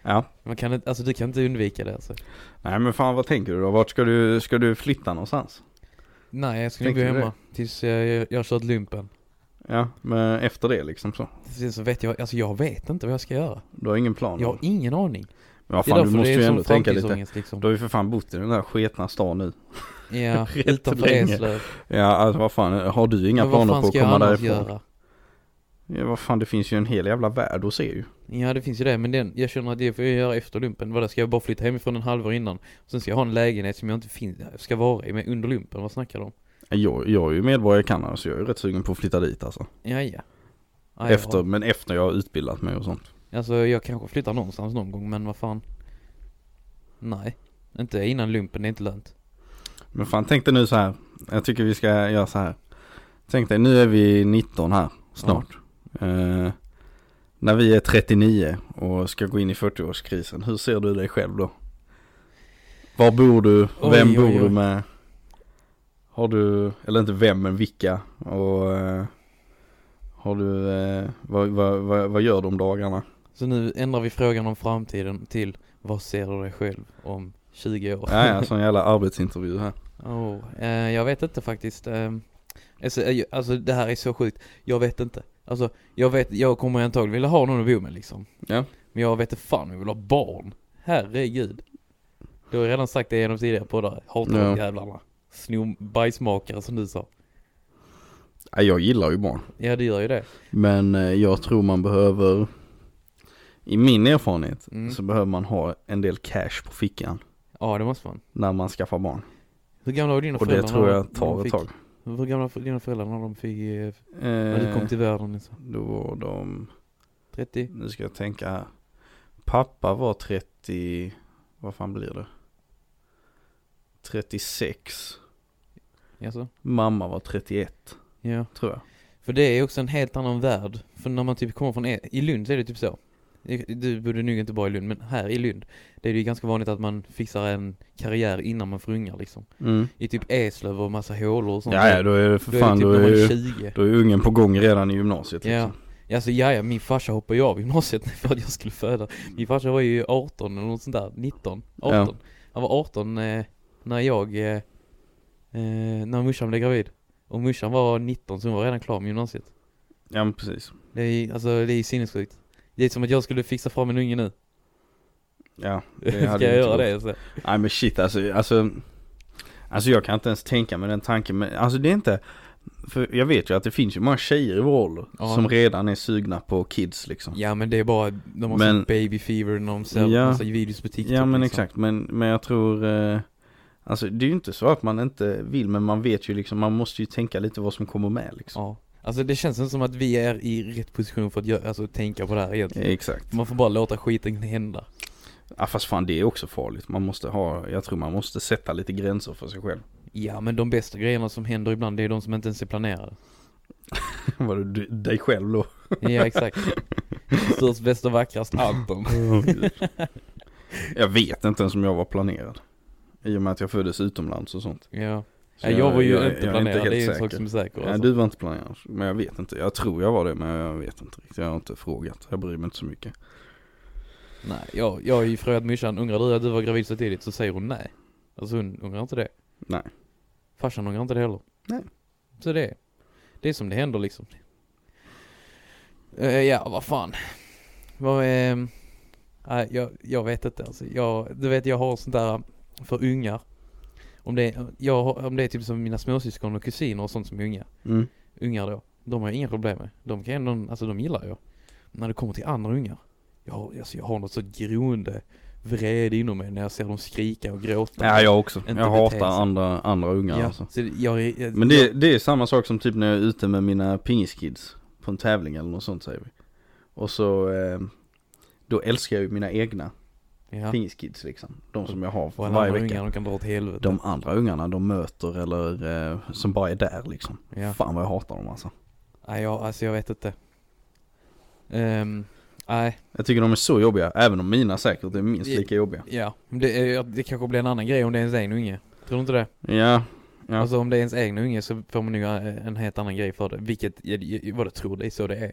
B: Ja.
A: Man kan inte, alltså du kan inte undvika det alltså.
B: Nej men fan vad tänker du då? Vart ska du, ska du flytta någonstans?
A: Nej, jag ska nog gå
B: Tänkte du
A: hemma tills jag, jag, jag har kört lumpen.
B: Ja, men efter det liksom så.
A: Sen så vet jag, alltså jag vet inte vad jag ska göra.
B: Du har ingen plan?
A: Jag har ingen aning.
B: Men vad
A: det är
B: fan du
A: därför
B: måste
A: det är
B: ju
A: en
B: ändå
A: sån
B: tänka lite.
A: framtidsångest liksom.
B: Du har ju för fan bott i den där sketna stan nu.
A: Ja,
B: (laughs) Rätt
A: utanför
B: länge.
A: Eslöv.
B: Ja alltså vad fan, har du inga
A: Men vad
B: planer
A: fan
B: på att
A: ska jag
B: komma
A: annars
B: därifrån?
A: göra?
B: Ja, vad fan det finns ju en hel jävla värld att se ju.
A: Ja det finns ju det, men den, jag känner att det får jag göra efter lumpen. Vadå, ska jag bara flytta hemifrån en halvår innan? Sen ska jag ha en lägenhet som jag inte fin- ska vara i med under lumpen, vad snackar du om?
B: Jag, jag är ju medborgare i Kanada så jag är rätt sugen på att flytta dit alltså.
A: Ja, ja. Ah, Ja,
B: Efter, men efter jag har utbildat mig och sånt.
A: ja. Alltså jag kanske flyttar någonstans någon gång, men vad fan. Nej, inte innan lumpen, det är inte lönt.
B: Men fan tänk dig nu så här. Jag tycker vi ska göra så här. Tänk dig, nu är vi 19 här snart. Eh, när vi är 39 och ska gå in i 40-årskrisen, hur ser du dig själv då? Var bor du?
A: Oj,
B: Vem
A: oj,
B: bor
A: oj.
B: du med? Har du, eller inte vem men vilka? Och eh, har du, eh, vad, vad, vad, vad gör du om dagarna?
A: (laughs) Så nu ändrar vi frågan om framtiden till vad ser du dig själv om 20 år?
B: Ja, ja, sån jävla arbetsintervju här.
A: Oh, ehm, Åh, eh, jag vet inte faktiskt. Eh, alltså, eh, alltså det här är så sjukt. Jag vet inte. Alltså, jag vet, jag kommer antagligen vilja ha någon att bo med liksom.
B: Ja.
A: Men jag vet inte fan, jag vill ha barn. Herregud. Du har jag redan sagt det genom tidigare poddar. Hatar
B: Ja.
A: de jävlarna. Sno bajsmakare som du sa.
B: Ja, jag gillar ju barn.
A: Ja, det gör ju det.
B: Men eh, jag tror man behöver, i min erfarenhet,
A: Mm.
B: så behöver man ha en del cash på fickan
A: Ja, det måste man.
B: när man skaffar barn.
A: Hur gamla var dina
B: Och det
A: föräldrar?
B: tror
A: när
B: jag
A: de
B: tar ett
A: fick-
B: tag.
A: Hur gamla var dina föräldrar när de fick, eh, när du kom
B: Eh,
A: till världen liksom?
B: då var de,
A: 30?
B: nu ska jag tänka här. Pappa var 30, vad fan blir det? 36.
A: Jaså?
B: Mamma var 31,
A: Ja.
B: tror jag.
A: För det är också en helt annan värld. För när man typ kommer från, e- i Lund så är det typ så. Du bodde nog inte bara i Lund, men här i Lund. Det är det ju ganska vanligt att man fixar en karriär innan man frungar liksom.
B: Mm.
A: I typ Eslöv och massa hålor och sånt.
B: Ja, ja, då är det för
A: Då
B: fan,
A: är
B: då
A: det
B: är,
A: typ när
B: ju,
A: man är
B: (laughs)
A: 20.
B: då är ungen på gång redan i gymnasiet.
A: Ja.
B: Liksom.
A: Alltså ja, ja, min farsa hoppade ju av gymnasiet (laughs) för att jag skulle föda. Min farsa var ju 18 eller något sånt där, 19, 18.
B: Ja.
A: Han var 18 eh, när jag, eh, eh, när morsan blev gravid. Och morsan var 19 så hon var redan klar med gymnasiet.
B: ja, men precis.
A: Det är, alltså, det är sinnessjukt. Det är som att jag skulle fixa fram en unge nu.
B: Ja,
A: (laughs) Ska jag
B: hade ju inte
A: göra
B: gått.
A: det? Så.
B: Nej men shit alltså, alltså, alltså jag kan inte ens tänka mig den tanken, men alltså det är inte, för jag vet ju att det finns ju många tjejer i vår ålder
A: Ja.
B: som redan är sugna på kids liksom.
A: Ja men det är bara, de har
B: Men-
A: sån baby fever när de ser
B: Ja.
A: massa videos på TikTok
B: Ja men
A: liksom.
B: exakt, men, men jag tror, eh, alltså det är ju inte så att man inte vill, men man vet ju liksom, man måste ju tänka lite vad som kommer med liksom.
A: Ja. Alltså det känns inte som att vi är i rätt position för att göra, alltså, tänka på det här egentligen.
B: Eh, Exakt.
A: Man får bara låta skiten hända.
B: Ja fast fan det är också farligt, man måste ha, jag tror man måste sätta lite gränser för sig själv. (laughs)
A: Ja men de bästa grejerna som händer ibland det är de som inte ens är planerade.
B: Var det du- dig själv då?
A: Ja
B: (laughs)
A: exakt. Störst, bäst och vackrast, Anton.
B: jag vet inte ens om jag var planerad. I och med att jag föddes utomlands och sånt.
A: Ja.
B: Så
A: ja jag var ju
B: jag-
A: inte
B: jag är
A: planerad,
B: helt
A: det är en sak
B: säker.
A: som är säker.
B: Nej,
A: Alltså.
B: du var inte planerad, men jag vet inte. Jag tror jag var det, men jag vet inte riktigt. Jag har inte frågat. Jag bryr mig inte så mycket.
A: Nej, jag, jag har ju frågat morsan, undrar du att du var gravid så tidigt? Så säger hon nej. Alltså hon undrar inte det.
B: Nej.
A: Farsan undrar inte det heller.
B: Nej.
A: Så det är, det är som det händer liksom. Eh, ja, vad fan. Vad, ehm, nej, jag, jag vet inte alltså. Jag, du vet jag har sånt där för ungar. Om det, är- jag, har- om det är typ som mina småsyskon och kusiner och sånt som är unga
B: Mm.
A: ungar då, de har jag inga problem med. De kan ändå, alltså de gillar jag. Men När det kommer till andra ungar, jag har, alltså, jag har något så groende vrede inom mig när jag ser dem skrika och gråta.
B: Ja, jag också.
A: Inte
B: jag
A: bete sig.
B: hatar andra, andra ungar
A: Ja,
B: alltså.
A: så det- jag, är- jag,
B: Men det, det är samma sak som typ när jag är ute med mina pingiskids på en tävling eller något sånt säger vi. Och så, eh, då älskar jag ju mina egna
A: ja,
B: pingiskids liksom. De som jag har
A: och alla
B: varje
A: andra
B: vecka.
A: ungar de kan dra åt helvete.
B: De andra ungarna de möter eller eh, som bara är där liksom.
A: Ja.
B: Fan vad jag hatar dem alltså.
A: Nej, jag, alltså jag vet inte. Ehm, nej,
B: Jag tycker de är så jobbiga, även om mina säkert är minst
A: Ja.
B: lika jobbiga.
A: ja. Men Det, är- det kanske blir en annan grej om det är ens egen unge. Tror du inte det?
B: Ja, ja.
A: Alltså om det är ens egna unge så får man nog eh, en helt annan grej för det. Vilket, jag- jag- vad jag tror, det är så det är.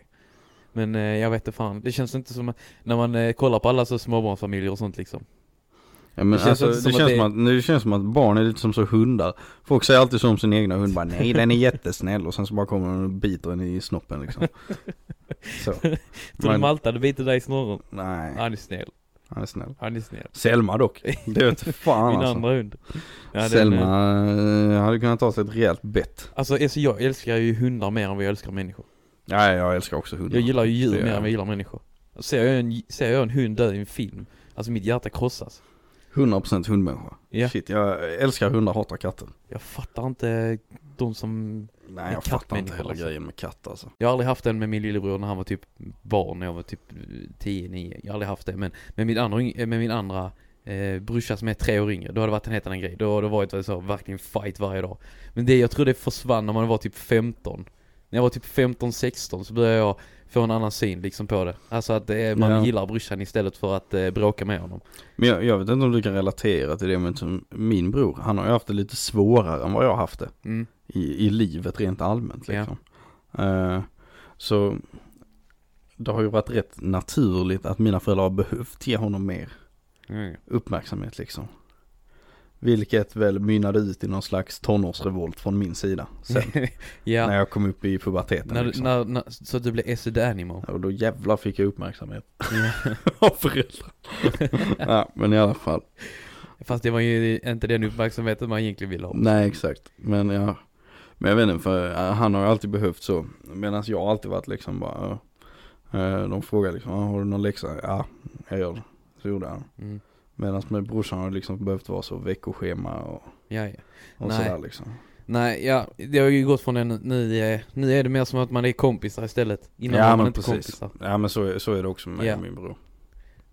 A: Men eh, jag vet inte fan, det känns inte som att, när man eh, kollar på alla så småbarnsfamiljer och sånt liksom.
B: Ja, men
A: Det
B: det
A: känns
B: känns,
A: inte
B: alltså,
A: som
B: det,
A: att
B: känns
A: det-
B: som att, det känns som att barn är lite som så hundar. Folk säger alltid så om sin egna hund, bara nej den är jättesnäll och sen så bara kommer de och biter den i
A: (laughs)
B: snoppen liksom. Så,
A: Tror du
B: Men-
A: Malta hade bitit dig i snorren?
B: nej,
A: Han är snäll,
B: han är snäll.
A: han är snäll.
B: Selma dock, det vet fan
A: Min
B: alltså.
A: andra hund. Ja, den, eh,
B: Selma eh, hade kunnat ta sig ett rejält bett.
A: Alltså, alltså jag älskar ju hundar mer än vad jag älskar människor.
B: Nej jag älskar också hundar.
A: Jag gillar ju
B: Det
A: djur
B: gör
A: mer än
B: jag.
A: vad jag gillar människor. Ser jag en, ser jag en hund dö i en film, alltså mitt hjärta krossas.
B: 100% hundmänniska.
A: Ja.
B: Shit, jag älskar hundar, hatar katter.
A: Jag fattar inte de som
B: Nej
A: En
B: jag fattar inte
A: kattmänniska,
B: hela
A: alltså.
B: grejen med katter alltså.
A: Jag har aldrig haft en med min lillebror när han var typ barn, när jag var typ 10-9. Jag har aldrig haft det. Men med min andra, yng- med min andra eh, brorsa som är tre år yngre, då har det varit en helt annan grej. Då har det varit så, verkligen fight varje dag. Men det, jag tror det försvann när man var typ 15. När jag var typ 15-16 så började jag få en annan syn liksom på det. Alltså att eh, man
B: Ja.
A: gillar brorsan istället för att eh, bråka med honom.
B: Men jag, jag vet inte om du kan relatera till det, men som min bror, han har ju haft det lite svårare än vad jag har haft det.
A: Mm.
B: i, i livet rent allmänt liksom. Eh, så det har ju varit rätt naturligt att mina föräldrar har behövt ge honom mer
A: Mm.
B: uppmärksamhet liksom. Vilket väl mynnade ut i någon slags tonårsrevolt från min sida sen.
A: (laughs) Ja,
B: När jag kom upp i puberteten
A: när,
B: liksom.
A: när, när, så att du blev acid animal.
B: Och då jävlar fick jag uppmärksamhet (laughs) av föräldrar. ja, men i alla fall.
A: (laughs) Fast det var ju inte den uppmärksamheten man egentligen ville ha.
B: Nej, exakt. Men jag, men jag vet inte, för eh, han har ju alltid behövt så. Medan jag har alltid varit liksom bara, eh, de frågar liksom, "Ah, har du någon läxa? Ja, jag gör det. Så gjorde han.
A: Mm.
B: Medan med brorsan har det liksom behövt vara så veckoschema och,
A: Ja, ja.
B: och
A: Nej.
B: sådär liksom.
A: Nej, ja, det har ju gått från den nu, är- nu är det mer som att man är kompisar istället. Innan
B: ja
A: var man
B: men
A: inte
B: precis.
A: kompisar.
B: Ja men så, är- så är det också med mig
A: Ja.
B: och min bror.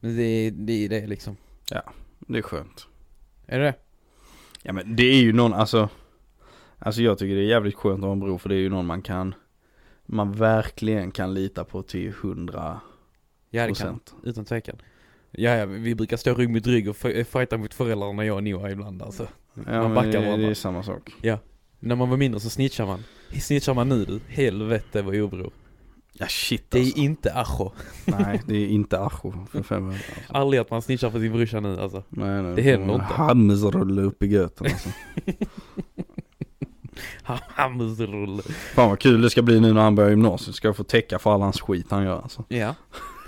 A: Men det, är- det är det liksom.
B: Det är skönt.
A: Är det det?
B: Ja men det är ju någon, alltså Alltså jag tycker det är jävligt skönt att ha en bror för det är ju någon man kan Man verkligen kan lita på till 100%
A: Ja, det kan Utan tvekan. Ja, ja, vi brukar stå rygg mot rygg och f- fighta mot föräldrarna jag och Noah ibland alltså.
B: Ja,
A: Man
B: men
A: backar
B: det, det
A: varandra.
B: är samma sak
A: När man var mindre så snitchar man. Snitchar man nu du, helvete vad obror.
B: Ja shit
A: Det är
B: alltså.
A: inte ajo.
B: Nej det är inte ajo för 500 alltså.
A: Aldrig att man snitchar på sin brorsa nu alltså.
B: Nej, nej,
A: Det händer
B: får man
A: inte.
B: Handelsrulle upp i göten alltså.
A: Hamburgerrulle.
B: Fan vad kul det ska bli nu när han börjar gymnasiet, ska jag få täcka för all hans skit han gör alltså
A: Ja.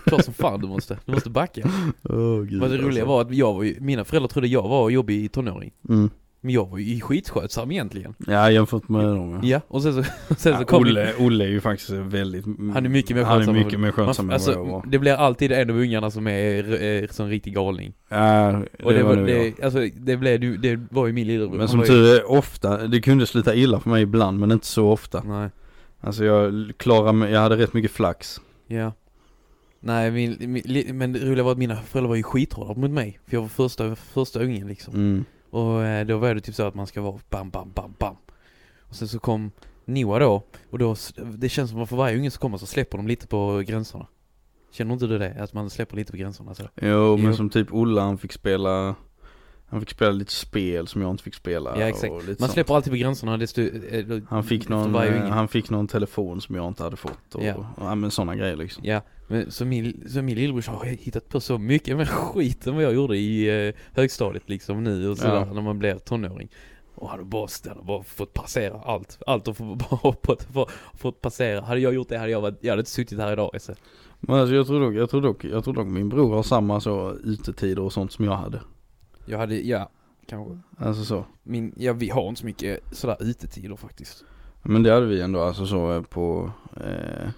A: Klart som fan du måste. Du måste backa.
B: oh, gud,
A: Vad det roliga var att jag var ju, mina föräldrar trodde jag var jobbig tonåring.
B: mm.
A: Men jag var ju skitskötsam egentligen.
B: Ja jämfört med dem ja.
A: Ja, och sen så, (laughs) sen så
B: Ja,
A: kom
B: Olle, Olle är ju faktiskt väldigt
A: Han är mycket mer
B: Han är
A: skönsam än-
B: mycket mer
A: man,
B: skönsam än vad jag
A: alltså,
B: var
A: det blir alltid en av ungarna som är, är som riktig galning.
B: Ja,
A: Och det, var,
B: nog jag.
A: det, alltså, det, blev, du- det var ju min lillebror. Han
B: Men som
A: var ju-
B: tur är, ofta, det kunde sluta illa för mig ibland men inte så ofta
A: Nej,
B: Alltså jag klarade mig, jag hade rätt mycket flax
A: ja. Nej, min, min, li- men det roliga var att mina föräldrar var ju skithårda mot mig. För jag var första, första ungen liksom.
B: mm.
A: Och eh, då var det typ så att man ska vara bam, bam, bam, bam. Och sen så kom Noah då. Och då, s- det känns som att för varje unge som kommer så släpper de lite på gränserna. Känner inte du det? Att man släpper lite på gränserna så?
B: Jo men
A: Jo.
B: som typ Olle han fick spela Han fick spela lite spel som jag inte fick spela
A: Ja, exakt.
B: och lite
A: Man
B: sånt.
A: släpper alltid på gränserna desto... eh, då-
B: han fick,
A: efter
B: någon,
A: varje
B: eh,
A: unge.
B: han fick någon telefon som jag inte hade fått och,
A: Ja.
B: ja men sådana grejer liksom
A: Ja, men så min, så min lillebrorsa har hittat på så mycket mer skit än vad jag gjorde i eh, högstadiet liksom nu och sådär
B: Ja.
A: när man blir tonåring. Och han har bara, han har bara fått passera allt, allt och fått, (laughs) bara hoppat, fått, fått passera. Hade jag gjort det hade jag varit, jag hade inte suttit här idag Esse.
B: Men alltså jag tror dock, jag tror dock, jag tror dock min bror har samma så utetider och sånt som jag hade
A: Jag hade, ja, kanske.
B: Alltså så
A: Min, ja vi har inte så mycket sådär utetider faktiskt.
B: Men det hade vi ändå, alltså så eh, på eh,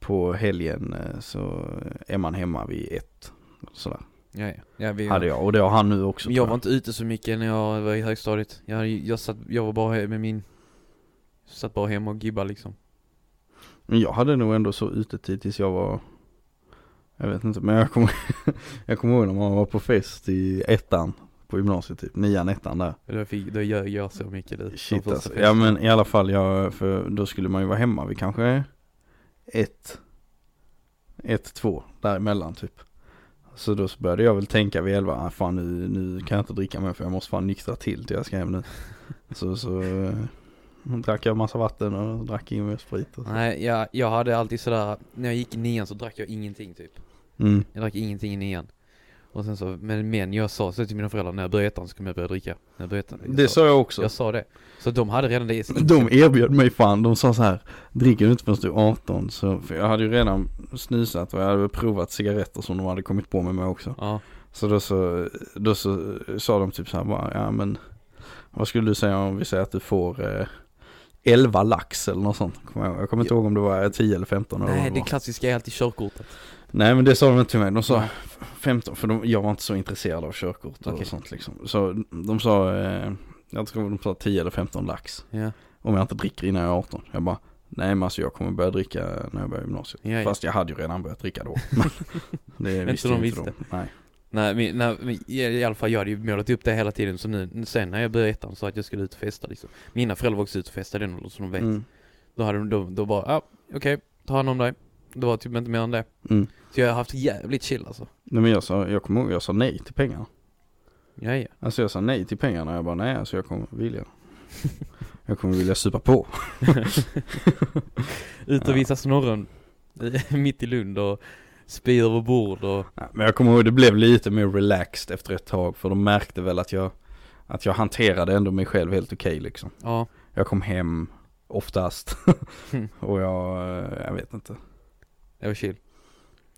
B: På helgen eh, så är man hemma vid ett Sådär,
A: Ja, ja. ja vi,
B: hade jag, och det har han nu också
A: Men jag
B: tror
A: var inte ute så mycket när jag var i högstadiet. Jag, hade- jag, satt, jag var bara he- med min, satt bara hemma och gibbade liksom.
B: Men jag hade nog ändå så utetid tills jag var Jag vet inte, men jag kommer (laughs) Jag kommer ihåg när man var på fest i ettan På gymnasiet typ, nian, ettan där
A: Då, fick, då gör jag så mycket du.
B: Shit
A: De första
B: alltså. Ja
A: festerna.
B: men i alla fall, jag, för då skulle man ju vara hemma vid kanske ett, ett, två däremellan typ. Så då så började jag väl tänka vid elva, ah, fan nu, nu kan jag inte dricka mer för jag måste fan nyktra till till jag ska (laughs) hem nu. Så, så eh, drack jag massa vatten och drack in mer sprit och så.
A: Nej, jag, jag hade alltid sådär, när jag gick i nian så drack jag ingenting typ.
B: Mm.
A: Jag drack ingenting i nian. Och sen så, men, men jag sa så till mina föräldrar, när jag började ettan så kommer jag börja dricka. När jag började ettan. Jag
B: Det sa jag också.
A: Jag sa det. Så de hade redan det i sin
B: De erbjöd mig fan, de sa så här Dricker du inte förrän du är 18 så, för jag hade ju redan snusat och jag hade väl provat cigaretter som de hade kommit på med mig också
A: Ja,
B: Så då så, då så sa de typ så här bara, ja men vad skulle du säga om vi säger att du får eh, 11 lax eller något sånt? Kommer jag, ihåg. jag kommer inte ihåg om det var 10 eller 15 eller vad
A: nej
B: det
A: det
B: var.
A: klassiska är alltid körkortet.
B: Nej men det sa de inte till mig, de sa 15, för de, jag var inte så intresserad av körkort och
A: Okej.
B: sånt liksom. Så de sa, eh, jag tror de sa 10 eller 15 lax
A: Ja,
B: om jag inte dricker innan jag är 18. Jag bara, nej men alltså jag kommer börja dricka när jag börjar gymnasiet.
A: ja, ja.
B: Fast jag hade ju redan börjat
A: (laughs)
B: dricka då. Men det visste
A: de
B: ju inte
A: visste.
B: de. Nej.
A: Nej, men, nej, men i i alla fall jag hade ju målat upp det hela tiden så nu, sen när jag började ettan så att jag skulle ut och festa liksom. Mina föräldrar var också ute och festade den åldern som de vet.
B: Mm.
A: Då hade de, då, då bara, ja ah, okej, ta hand om dig. Det var typ inte mer än det.
B: Mm.
A: Så jag har haft jävligt chill alltså.
B: Nej men jag sa, jag kommer ihåg, jag sa nej till pengarna.
A: Ja, ja.
B: Alltså jag sa nej till pengarna, jag bara nej alltså jag kommer
A: (laughs)
B: vilja. Jag kommer vilja supa på.
A: Ut och visa snorren i- (laughs) mitt i Lund och spy över bord och
B: Ja, Men jag kommer ihåg, det blev lite mer relaxed efter ett tag för de märkte väl att jag Att jag hanterade ändå mig själv helt okej liksom.
A: Ja,
B: Jag kom hem
A: (laughs)
B: oftast och jag, eh, jag vet inte.
A: det var chill.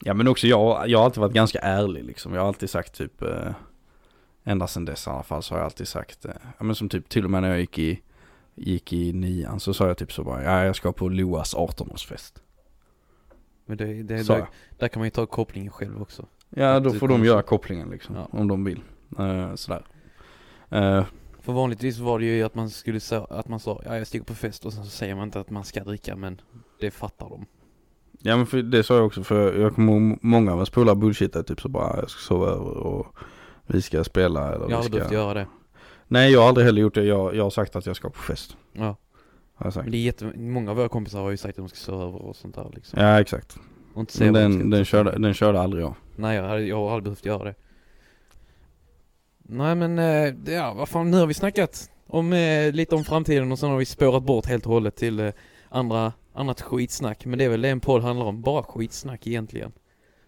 B: Ja men också jag, jag har alltid varit ganska ärlig liksom. Jag har alltid sagt typ, eh, ända sedan dess i alla fall så har jag alltid sagt, eh, ja men som typ till och med när jag gick i, gick i nian så sa jag typ så bara, ja jag ska på Loas 18-årsfest.
A: Men det, det,
B: Sa
A: där,
B: jag.
A: där kan man ju ta kopplingen själv också.
B: Ja då
A: Typ
B: får de
A: konstigt.
B: göra kopplingen liksom,
A: Ja.
B: om de vill. Eh, sådär. Eh,
A: För vanligtvis var det ju att man skulle säga att man sa ja jag sticker på fest och sen så säger man inte att man ska dricka men det fattar de.
B: Ja men för det sa jag också för jag kommer ihåg många av oss polare bullshitade typ så bara jag ska sova över och vi ska spela eller
A: Jag har
B: vi
A: behövt
B: ska...
A: göra det.
B: Nej jag har aldrig heller gjort det, jag, jag har sagt att jag ska på fest.
A: Ja.
B: Har jag sagt.
A: Men det är jätte, många av våra kompisar har ju sagt att de ska sova över och sånt där liksom.
B: Ja exakt.
A: Och inte säga
B: Men
A: vad de
B: den,
A: ska-
B: den, körde, den körde aldrig jag.
A: Nej jag, hade- jag har aldrig behövt göra det. Nej men, eh, det- ja vad fan nu har vi snackat om eh, lite om framtiden och sen har vi spårat bort helt och hållet till eh, andra, annat skitsnack. Men det är väl det en podd handlar om, bara skitsnack egentligen.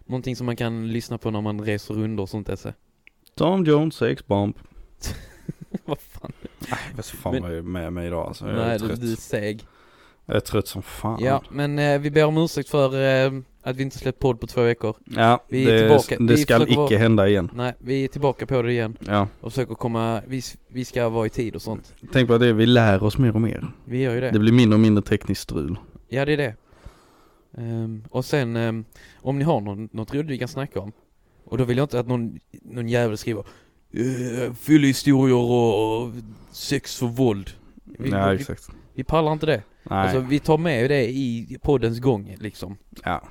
A: Någonting som man kan lyssna på när man reser runt och sånt där. så.
B: Tom Jones sex bomb.
A: (laughs) vad fan.
B: Vad fan
A: Men-
B: var ju med mig idag alltså. Jag är
A: Nej du,
B: trött.
A: du är seg.
B: Jag är trött som fan.
A: Ja, men eh, vi ber om ursäkt för eh, att vi inte släppt podd på två veckor.
B: ja
A: Vi är
B: det,
A: tillbaka.
B: det
A: Vi
B: ska
A: försöker
B: icke
A: vara-
B: hända igen.
A: Nej, vi är tillbaka på det igen
B: Ja.
A: och försöker komma, vi, s- vi ska vara i tid och sånt.
B: Tänk på det, vi lär oss mer och mer.
A: Vi gör ju
B: Det
A: det.
B: blir mindre och mindre tekniskt strul.
A: Ja, det är det. Ehm, och sen, ehm, om ni har någon, något roligt vi kan snacka om, och då vill jag inte att någon, någon jävel skriver uh, fyllehistorier och, och sex och våld. Vi,
B: Ja
A: vi,
B: exakt.
A: vi pallar inte det.
B: Nej.
A: Alltså, vi tar med det i poddens gång liksom.
B: ja.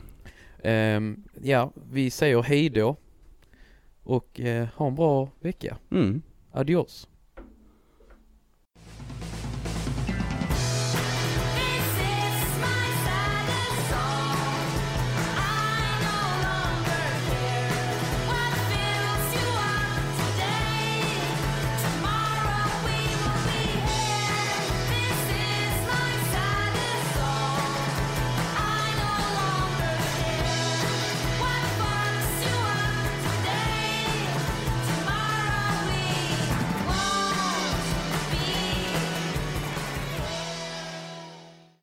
A: Ehm, ja, vi säger hej då. Och eh, ha en bra vecka.
B: Mm.
A: Adios.